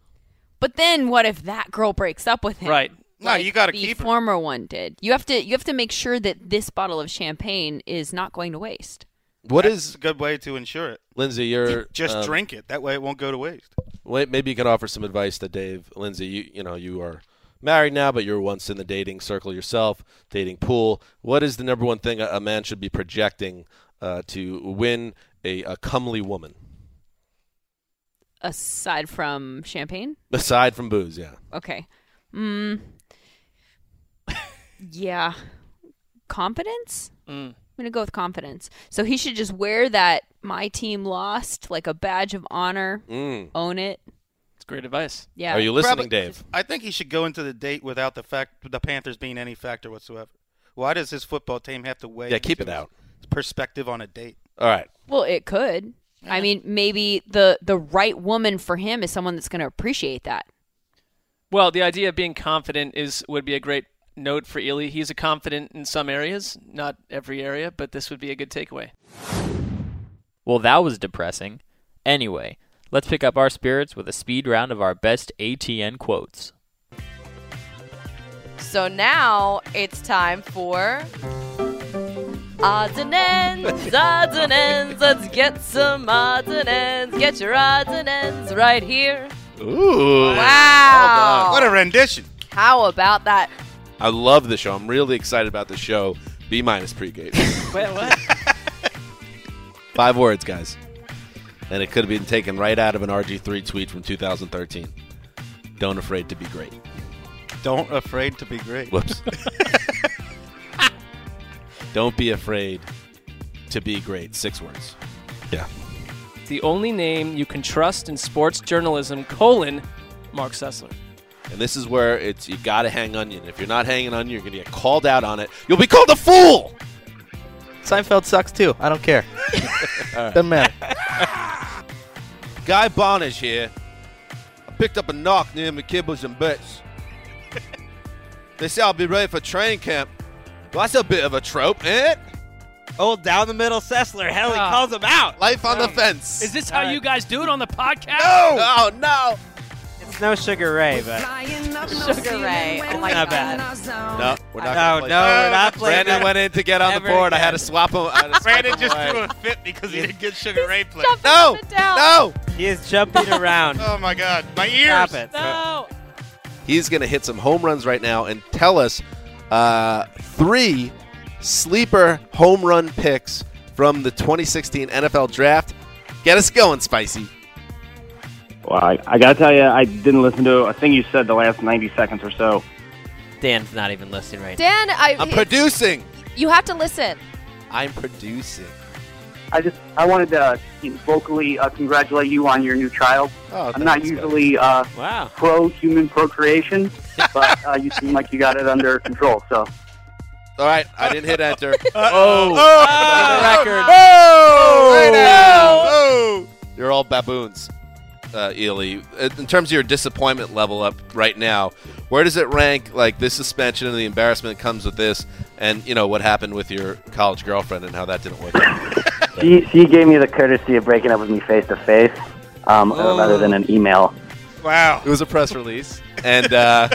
But then what if that girl breaks up with him? Right. No, you gotta the keep her. former one did. You have to you have to make sure that this bottle of champagne is not going to waste. What is a good way to ensure it. Lindsay, you're Just um, drink it. That way it won't go to waste. Wait, maybe you could offer some advice to Dave, Lindsay. You you know you are married now, but you were once in the dating circle yourself, dating pool. What is the number one thing a, a man should be projecting uh, to win a, a comely woman Aside from champagne? aside from booze? Yeah, Okay. Mm. yeah. Confidence? Mm. I'm going to go with confidence. So he should just wear that my team lost like a badge of honor. Mm. Own it. It's great advice. Yeah. Probably- I think he should go into the date without the fact the Panthers being any factor whatsoever. Why does his football team have to weigh? Yeah, keep it into out. his Perspective on a date. All right. Well, it could. I mean, maybe the the right woman for him is someone that's going to appreciate that. Well, the idea of being confident is would be a great note for Ely. He's a confident in some areas, not every area, but this would be a good takeaway. Well, that was depressing. Anyway, let's pick up our spirits with a speed round of our best ATN quotes. So now it's time for odds and ends, odds and ends. Let's get some odds and ends. Get your odds and ends right here. Ooh! Wow. Well done. What a rendition! How about that? I love the show. I'm really excited about the show. B minus pregame. Wait, what? Five words, guys, and it could have been taken right out of an RG3 tweet from 2013. Don't afraid to be great. Don't afraid to be great. Whoops. Don't be afraid to be great. Six words. Yeah. The only name you can trust in sports journalism, colon, Mark Sessler. And this is where it's you got to hang onion. If you're not hanging onion, you're gonna get called out on it. You'll be called a fool. Seinfeld sucks too. I don't care. All right. Doesn't matter. Guy Bonish here. I picked up a knock near McKibbles and Bits. they say I'll be ready for training camp. Well, that's a bit of a trope, eh? Old down the middle Sessler. Hell, he calls him out. Life on the fence. Ah. Is this how you guys do it on the podcast? No! Oh, no! It's no Sugar Ray, but. Sugar Ray. Oh my Not God. bad. No, we're No, not. gonna play no, that. we're not playing Brandon that. went in to get on the Never board. I again. had to swap him. I had to swap Brandon him just away. threw a fit because he didn't get Sugar Ray played. No! No! He is jumping around. oh my God, my ears! Stop it. No. He's going to hit some home runs right now and tell us uh, three sleeper home run picks from the 2016 NFL Draft. Get us going, Spicy. Well, I, I got to tell you, I didn't listen to a thing you said the last 90 seconds or so. Dan's not even listening right Dan, I I'm producing. You have to listen. I'm producing. I just I wanted to uh, vocally uh, congratulate you on your new child. Oh, I'm not thanks, guys. usually uh, Wow. pro human procreation, but uh, you seem like you got it under control. So All right, I didn't hit enter. Oh. oh, For the record. Oh. You're all baboons, uh, Ely. In terms of your disappointment level up right now, where does it rank? Like this suspension and the embarrassment that comes with this, and you know what happened with your college girlfriend and how that didn't work. out. she she gave me the courtesy of breaking up with me face to face, um, rather than an email. wow, it was a press release, and uh,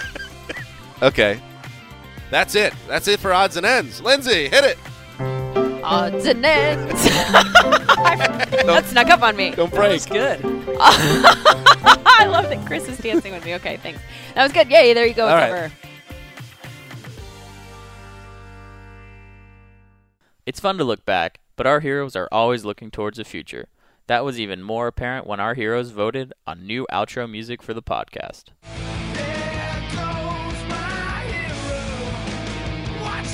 okay, that's it. That's it for odds and ends. Lindsay, hit it. Odds and ends. that snuck up on me. Don't break. That's good. I love that Chris is dancing with me. Okay, thanks. That was good. Yay, there you go. All right. It's over. It's fun to look back, but our heroes are always looking towards the future. That was even more apparent when our heroes voted on new outro music for the podcast.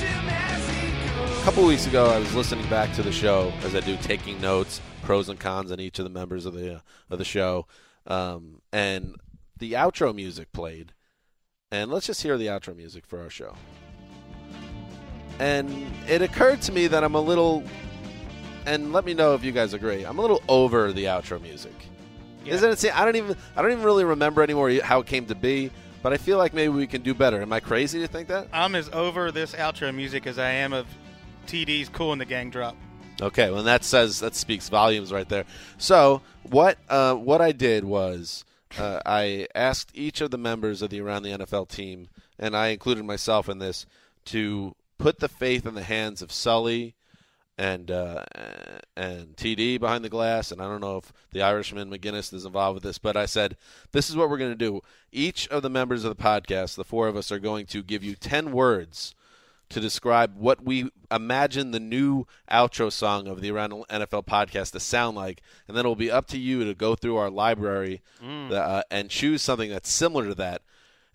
A couple weeks ago, I was listening back to the show as I do, taking notes, pros and cons on each of the members of the uh, of the show, um, and the outro music played. And let's just hear the outro music for our show. And it occurred to me that I'm a little, and let me know if you guys agree. I'm a little over the outro music. Isn't it? See, I don't even I don't even really remember anymore how it came to be, but I feel like maybe we can do better. Am I crazy to think that? I'm as over this outro music as I am of TD's Cool in the Gang drop. Okay, well that says that speaks volumes right there. So what uh, what I did was uh, I asked each of the members of the Around the NFL team, and I included myself in this, to put the faith in the hands of Sully and uh, and TD behind the glass, and I don't know if the Irishman McGinnis is involved with this, but I said this is what we're going to do. Each of the members of the podcast, the four of us, are going to give you ten words to describe what we imagine the new outro song of the Around NFL podcast to sound like, and then it'll be up to you to go through our library Mm. uh, and choose something that's similar to that,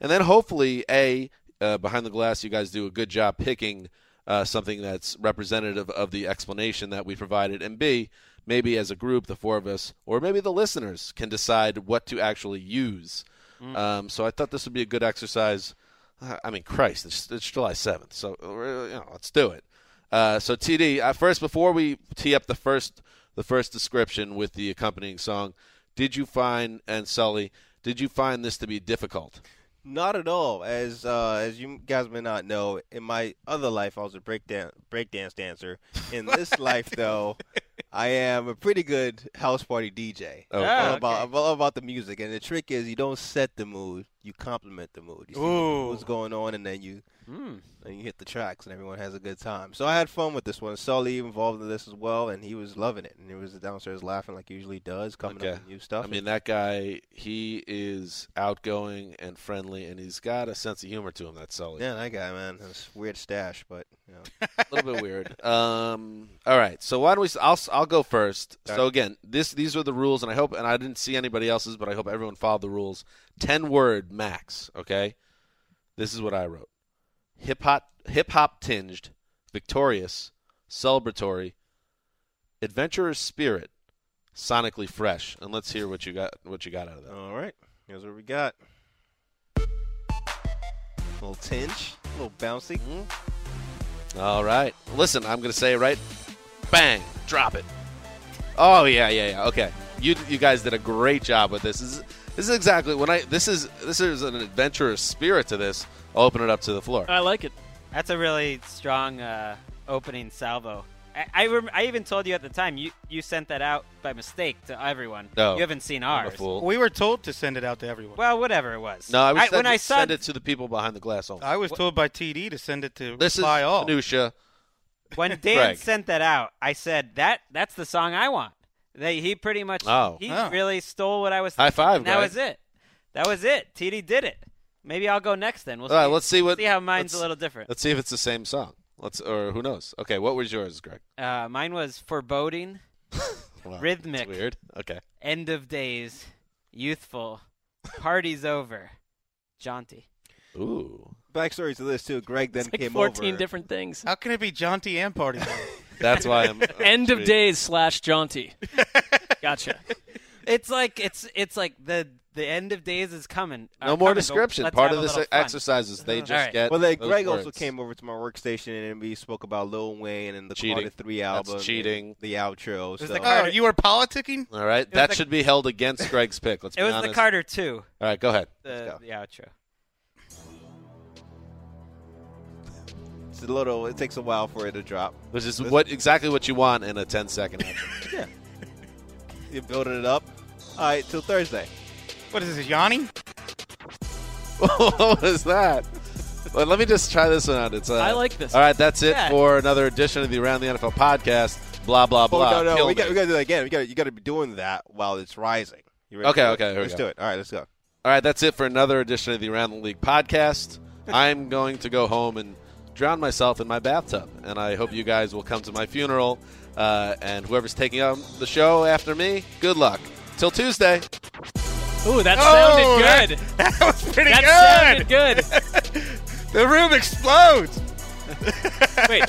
and then hopefully, a uh, behind the glass, you guys do a good job picking uh, something that's representative of the explanation that we provided, and b maybe as a group, the four of us, or maybe the listeners can decide what to actually use. Mm. Um, so I thought this would be a good exercise. Uh, I mean, Christ, it's, it's July 7th, so uh, you know, let's do it. Uh, so TD, uh, first before we tee up the first the first description with the accompanying song, did you find and Sully, did you find this to be difficult? Not at all. As uh, as you guys may not know, in my other life I was a breakdown breakdance dancer. In this life, though, I am a pretty good house party DJ. Oh. I'm Ah, about I'm all about the music, and the trick is you don't set the mood, you compliment the mood. You see Ooh. what's going on, and then you Hmm. and you hit the tracks, and everyone has a good time. So I had fun with this one. Sully involved in this as well, and he was loving it, and he was downstairs laughing like he usually does, coming up with new stuff. I mean, that guy, he is outgoing and friendly, and he's got a sense of humor to him. That Sully. yeah, that guy, man, that's weird stash, but you know. a little bit weird. Um, all right, so why don't we? I'll I'll go first. All So right. again, this these are the rules, and I hope and I didn't see anybody else's, but I hope everyone followed the rules. Ten word max. Okay, this is what I wrote: hip hop hip hop tinged, victorious, celebratory, adventurous spirit, sonically fresh. And let's hear what you got what you got out of that. All right, here's what we got. little tinge, a little bouncy. All right. Listen, I'm going to say it right. Bang. Drop it. Oh yeah, yeah, yeah. Okay. You you guys did a great job with this. This is, this is exactly when I this is this is an adventurous spirit to this. I'll open it up to the floor. I like it. That's a really strong uh, opening salvo. I I, rem- I even told you at the time you, you sent that out by mistake to everyone. No, you haven't seen I'm a ours. fool. We were told to send it out to everyone. Well, whatever it was. No, I was when I saw Uh, send it to the people behind the glass only. I was told by TD to send it to This is reply all. minutia. when Dan Greg. sent that out, I said that that's the song I want. They, he pretty much Oh. he Oh. really stole what I was. High thinking, five, and That Greg. was it. That was it. TD did it. Maybe I'll go next then. We'll All right, see. let's see what see how mine's a let's- little different. Let's see if it's the same song. Let's or who knows. Okay, what was yours, Greg? Uh, mine was foreboding, Wow, rhythmic, weird. Okay. end of days, youthful, party's over, jaunty. Ooh. Backstory to this too. Greg then like came 14 over. different things. How can it be jaunty and party? That's why I'm End of Sweet. days slash jaunty. Gotcha. It's like it's it's like the the end of days is coming. No are more coming, but description. let's Part have of a this little fun. exercise is they just All right. get Well, then those Greg also words. came over to my workstation and we spoke about Lil Wayne and the Cheating. Carter Three That's album. and cheating. The outro. So. the Carter- Oh, you were politicking. All right, It was that the- should be held against Greg's pick. Let's It be was honest. the Carter two. All right, go ahead. The, the outro. It's a little. It takes a while for it to drop. Which is what exactly what you want in a 10 second action. Yeah. You're building it up. All right, till Thursday. What is this, Yanni? what was that? Well, let me just try this one out. It's uh, I like this. All right, that's it Yeah. for another edition of the Around the NFL podcast. Blah blah Oh, blah. no, no, Kill we me. got, we got to do that again. We got, you got to be doing that while it's rising. You ready? Okay, okay, here we let's go. do it. All right, let's go. All right, that's it for another edition of the Around the League podcast. I'm going to go home and drowned myself in my bathtub, and I hope you guys will come to my funeral. Uh, and whoever's taking on the show after me, good luck. Till Tuesday. Ooh, that Oh, sounded that- good. That, was pretty that good. sounded good. the room explodes. Wait,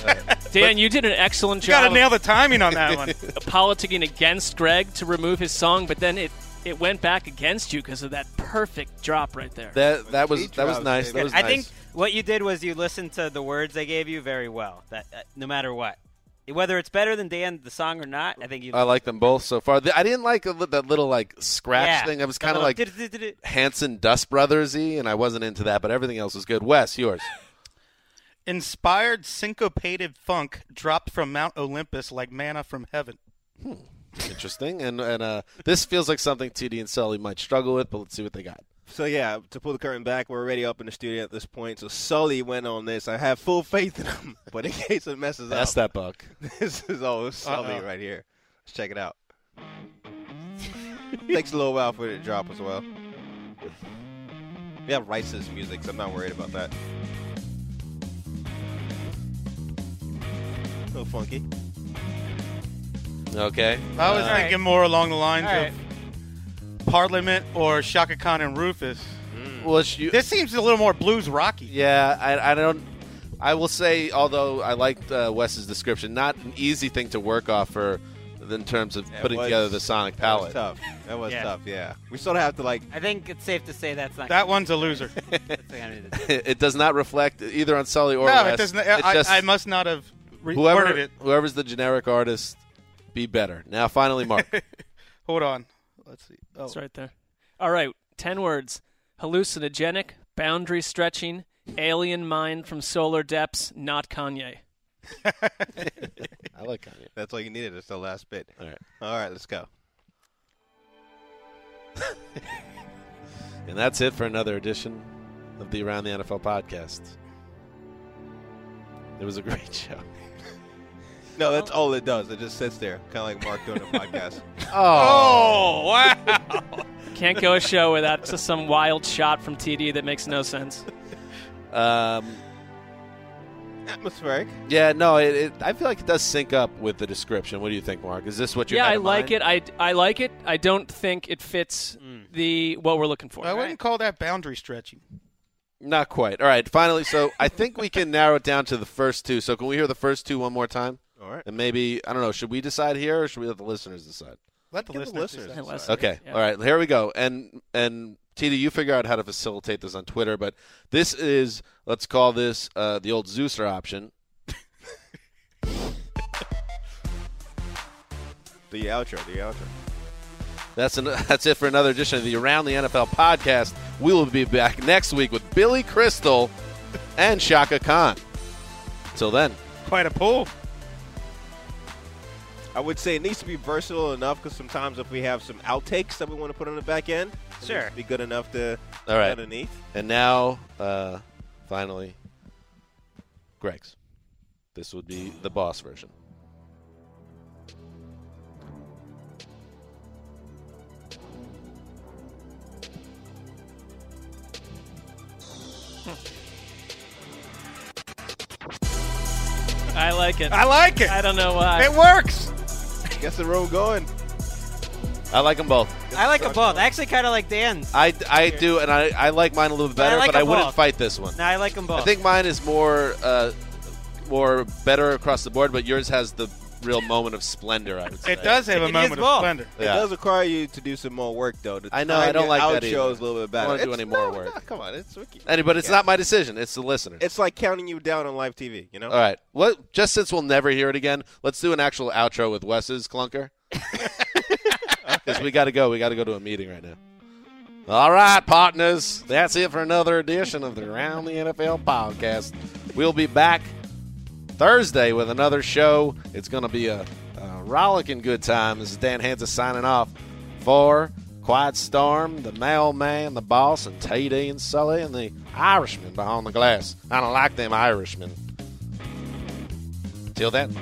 Dan, you did an excellent You job. gotta nail the timing on that one. Politicking against Greg to remove his song, but then it it went back against you because of that perfect drop right there. That that was that was nice. That was I think nice. what you did was you listened to the words they gave you very well. That uh, no matter what, whether it's better than Dan the song or not, I think you. I like them both so far. The- I didn't like a li- that little like scratch Yeah. thing. I was The kind of little like did-did-did-did. Hanson Dust Brothersy, and I wasn't into that. But everything else was good. Wes, yours. Inspired syncopated funk dropped from Mount Olympus like manna from heaven. Interesting. And and uh, this feels like something TD and Sully might struggle with, but let's see what they got. So yeah, to pull the curtain back, we're already up in the studio at this point. So Sully went on this. I have full faith in him, but in case it messes That's up, that buck. This is all Sully Uh-oh. right here. Let's check it out. Takes a little while for it to drop as well. We have rights to this music, so I'm not worried about that. A little funky. Okay. I was Uh, thinking more along the lines All right. of Parliament or Shaka Khan and Rufus. Well, you, this seems a little more blues rocky. Yeah, I, I don't. I will say, although I liked uh, Wes's description, not an easy thing to work off for in terms of putting was- together the sonic That was palette. tough. That was Yeah. tough. Yeah, we sort of have to like. I think it's safe to say that's not. That one's a loser. it does not reflect either on Sully or no, Wes. it doesn't. It I, just- I must not have re- whoever worded it. whoever's the generic artist, be better. Now, finally, Mark. Hold on. Let's see. Oh. It's right there. All right, 10 words hallucinogenic, boundary stretching, alien mind from solar depths, not Kanye. I like Kanye. That's all you needed. It's the last bit. All right. All right. Let's go. And that's it for another edition of the Around the NFL podcast. It was a great show. No, that's all it does. It just sits there, kind of like Mark doing a podcast. Oh, wow. Can't go a show without just some wild shot from TD that makes no sense. Um, Atmospheric. Yeah, no, it, it, I feel like it does sync up with the description. What do you think, Mark? Is this what you? yeah, I like it. I, I like it. I don't think it fits Hmm. the what we're looking for. I wouldn't call that boundary stretching. Not quite. All right, finally. So I think we can narrow it down to the first two. So can we hear the first two one more time? All right. And maybe I don't know. Should we decide here, or should we let the listeners decide? Let the Give listeners. listeners decide. Okay. All right. Here we go. And and TD, you figure out how to facilitate this on Twitter, but this is let's call this uh, the old Zeuser option. The outro. The outro. That's an, that's it for another edition of the Around the NFL podcast. We will be back next week with Billy Crystal and Shaka Khan. Till then, Quite a pull. I would say it needs to be versatile enough because sometimes if we have some outtakes that we want to put on the back end, it Sure. needs to be good enough to all right. underneath. And now, uh, finally, Greg's. This would be the boss version. I like it. I like it. I don't know why. It works. Gets the road going. I like them both. I like them both. I actually kind of like Dan's. I, I do, and I, I like mine a little bit better, I like but I them wouldn't both. fight this one. No, I like them both. I think mine is more uh, more better across the board, but yours has the real moment of splendor. I would say It does have a It is moment of both. splendor. It does require you to do some more work, though. To I know. I time don't your like that either. outro is a little bit I better. don't want to do It's- any more no, work. no, come on, it's Ricky. Any, but it's Yeah. not my decision. It's the listener. It's like counting you down on live TV. You know. All right. What? Just since we'll never hear it again, let's do an actual outro with Wes's clunker. Because we got to go. We got to go to a meeting right now. All right, partners. That's it for another edition of the Around the NFL podcast. We'll be back Thursday with another show. It's going to be a, a rollicking good time. This is Dan Hansa signing off for Quiet Storm, the mailman, the boss, and TD and Sully, and the Irishman behind the glass. I don't like them Irishmen. Till then.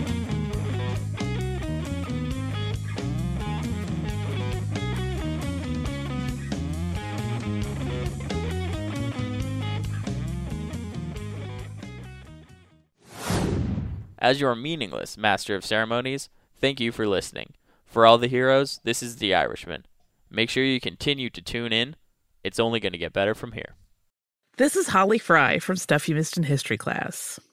Thank you. As you are meaningless, Master of Ceremonies, thank you for listening. For all the heroes, this is The Irishman. Make sure you continue to tune in. It's only going to get better from here. This is Holly Fry from Stuff You Missed in History class.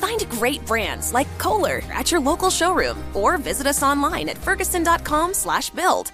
Find great brands like Kohler at your local showroom or visit us online at ferguson.com/build.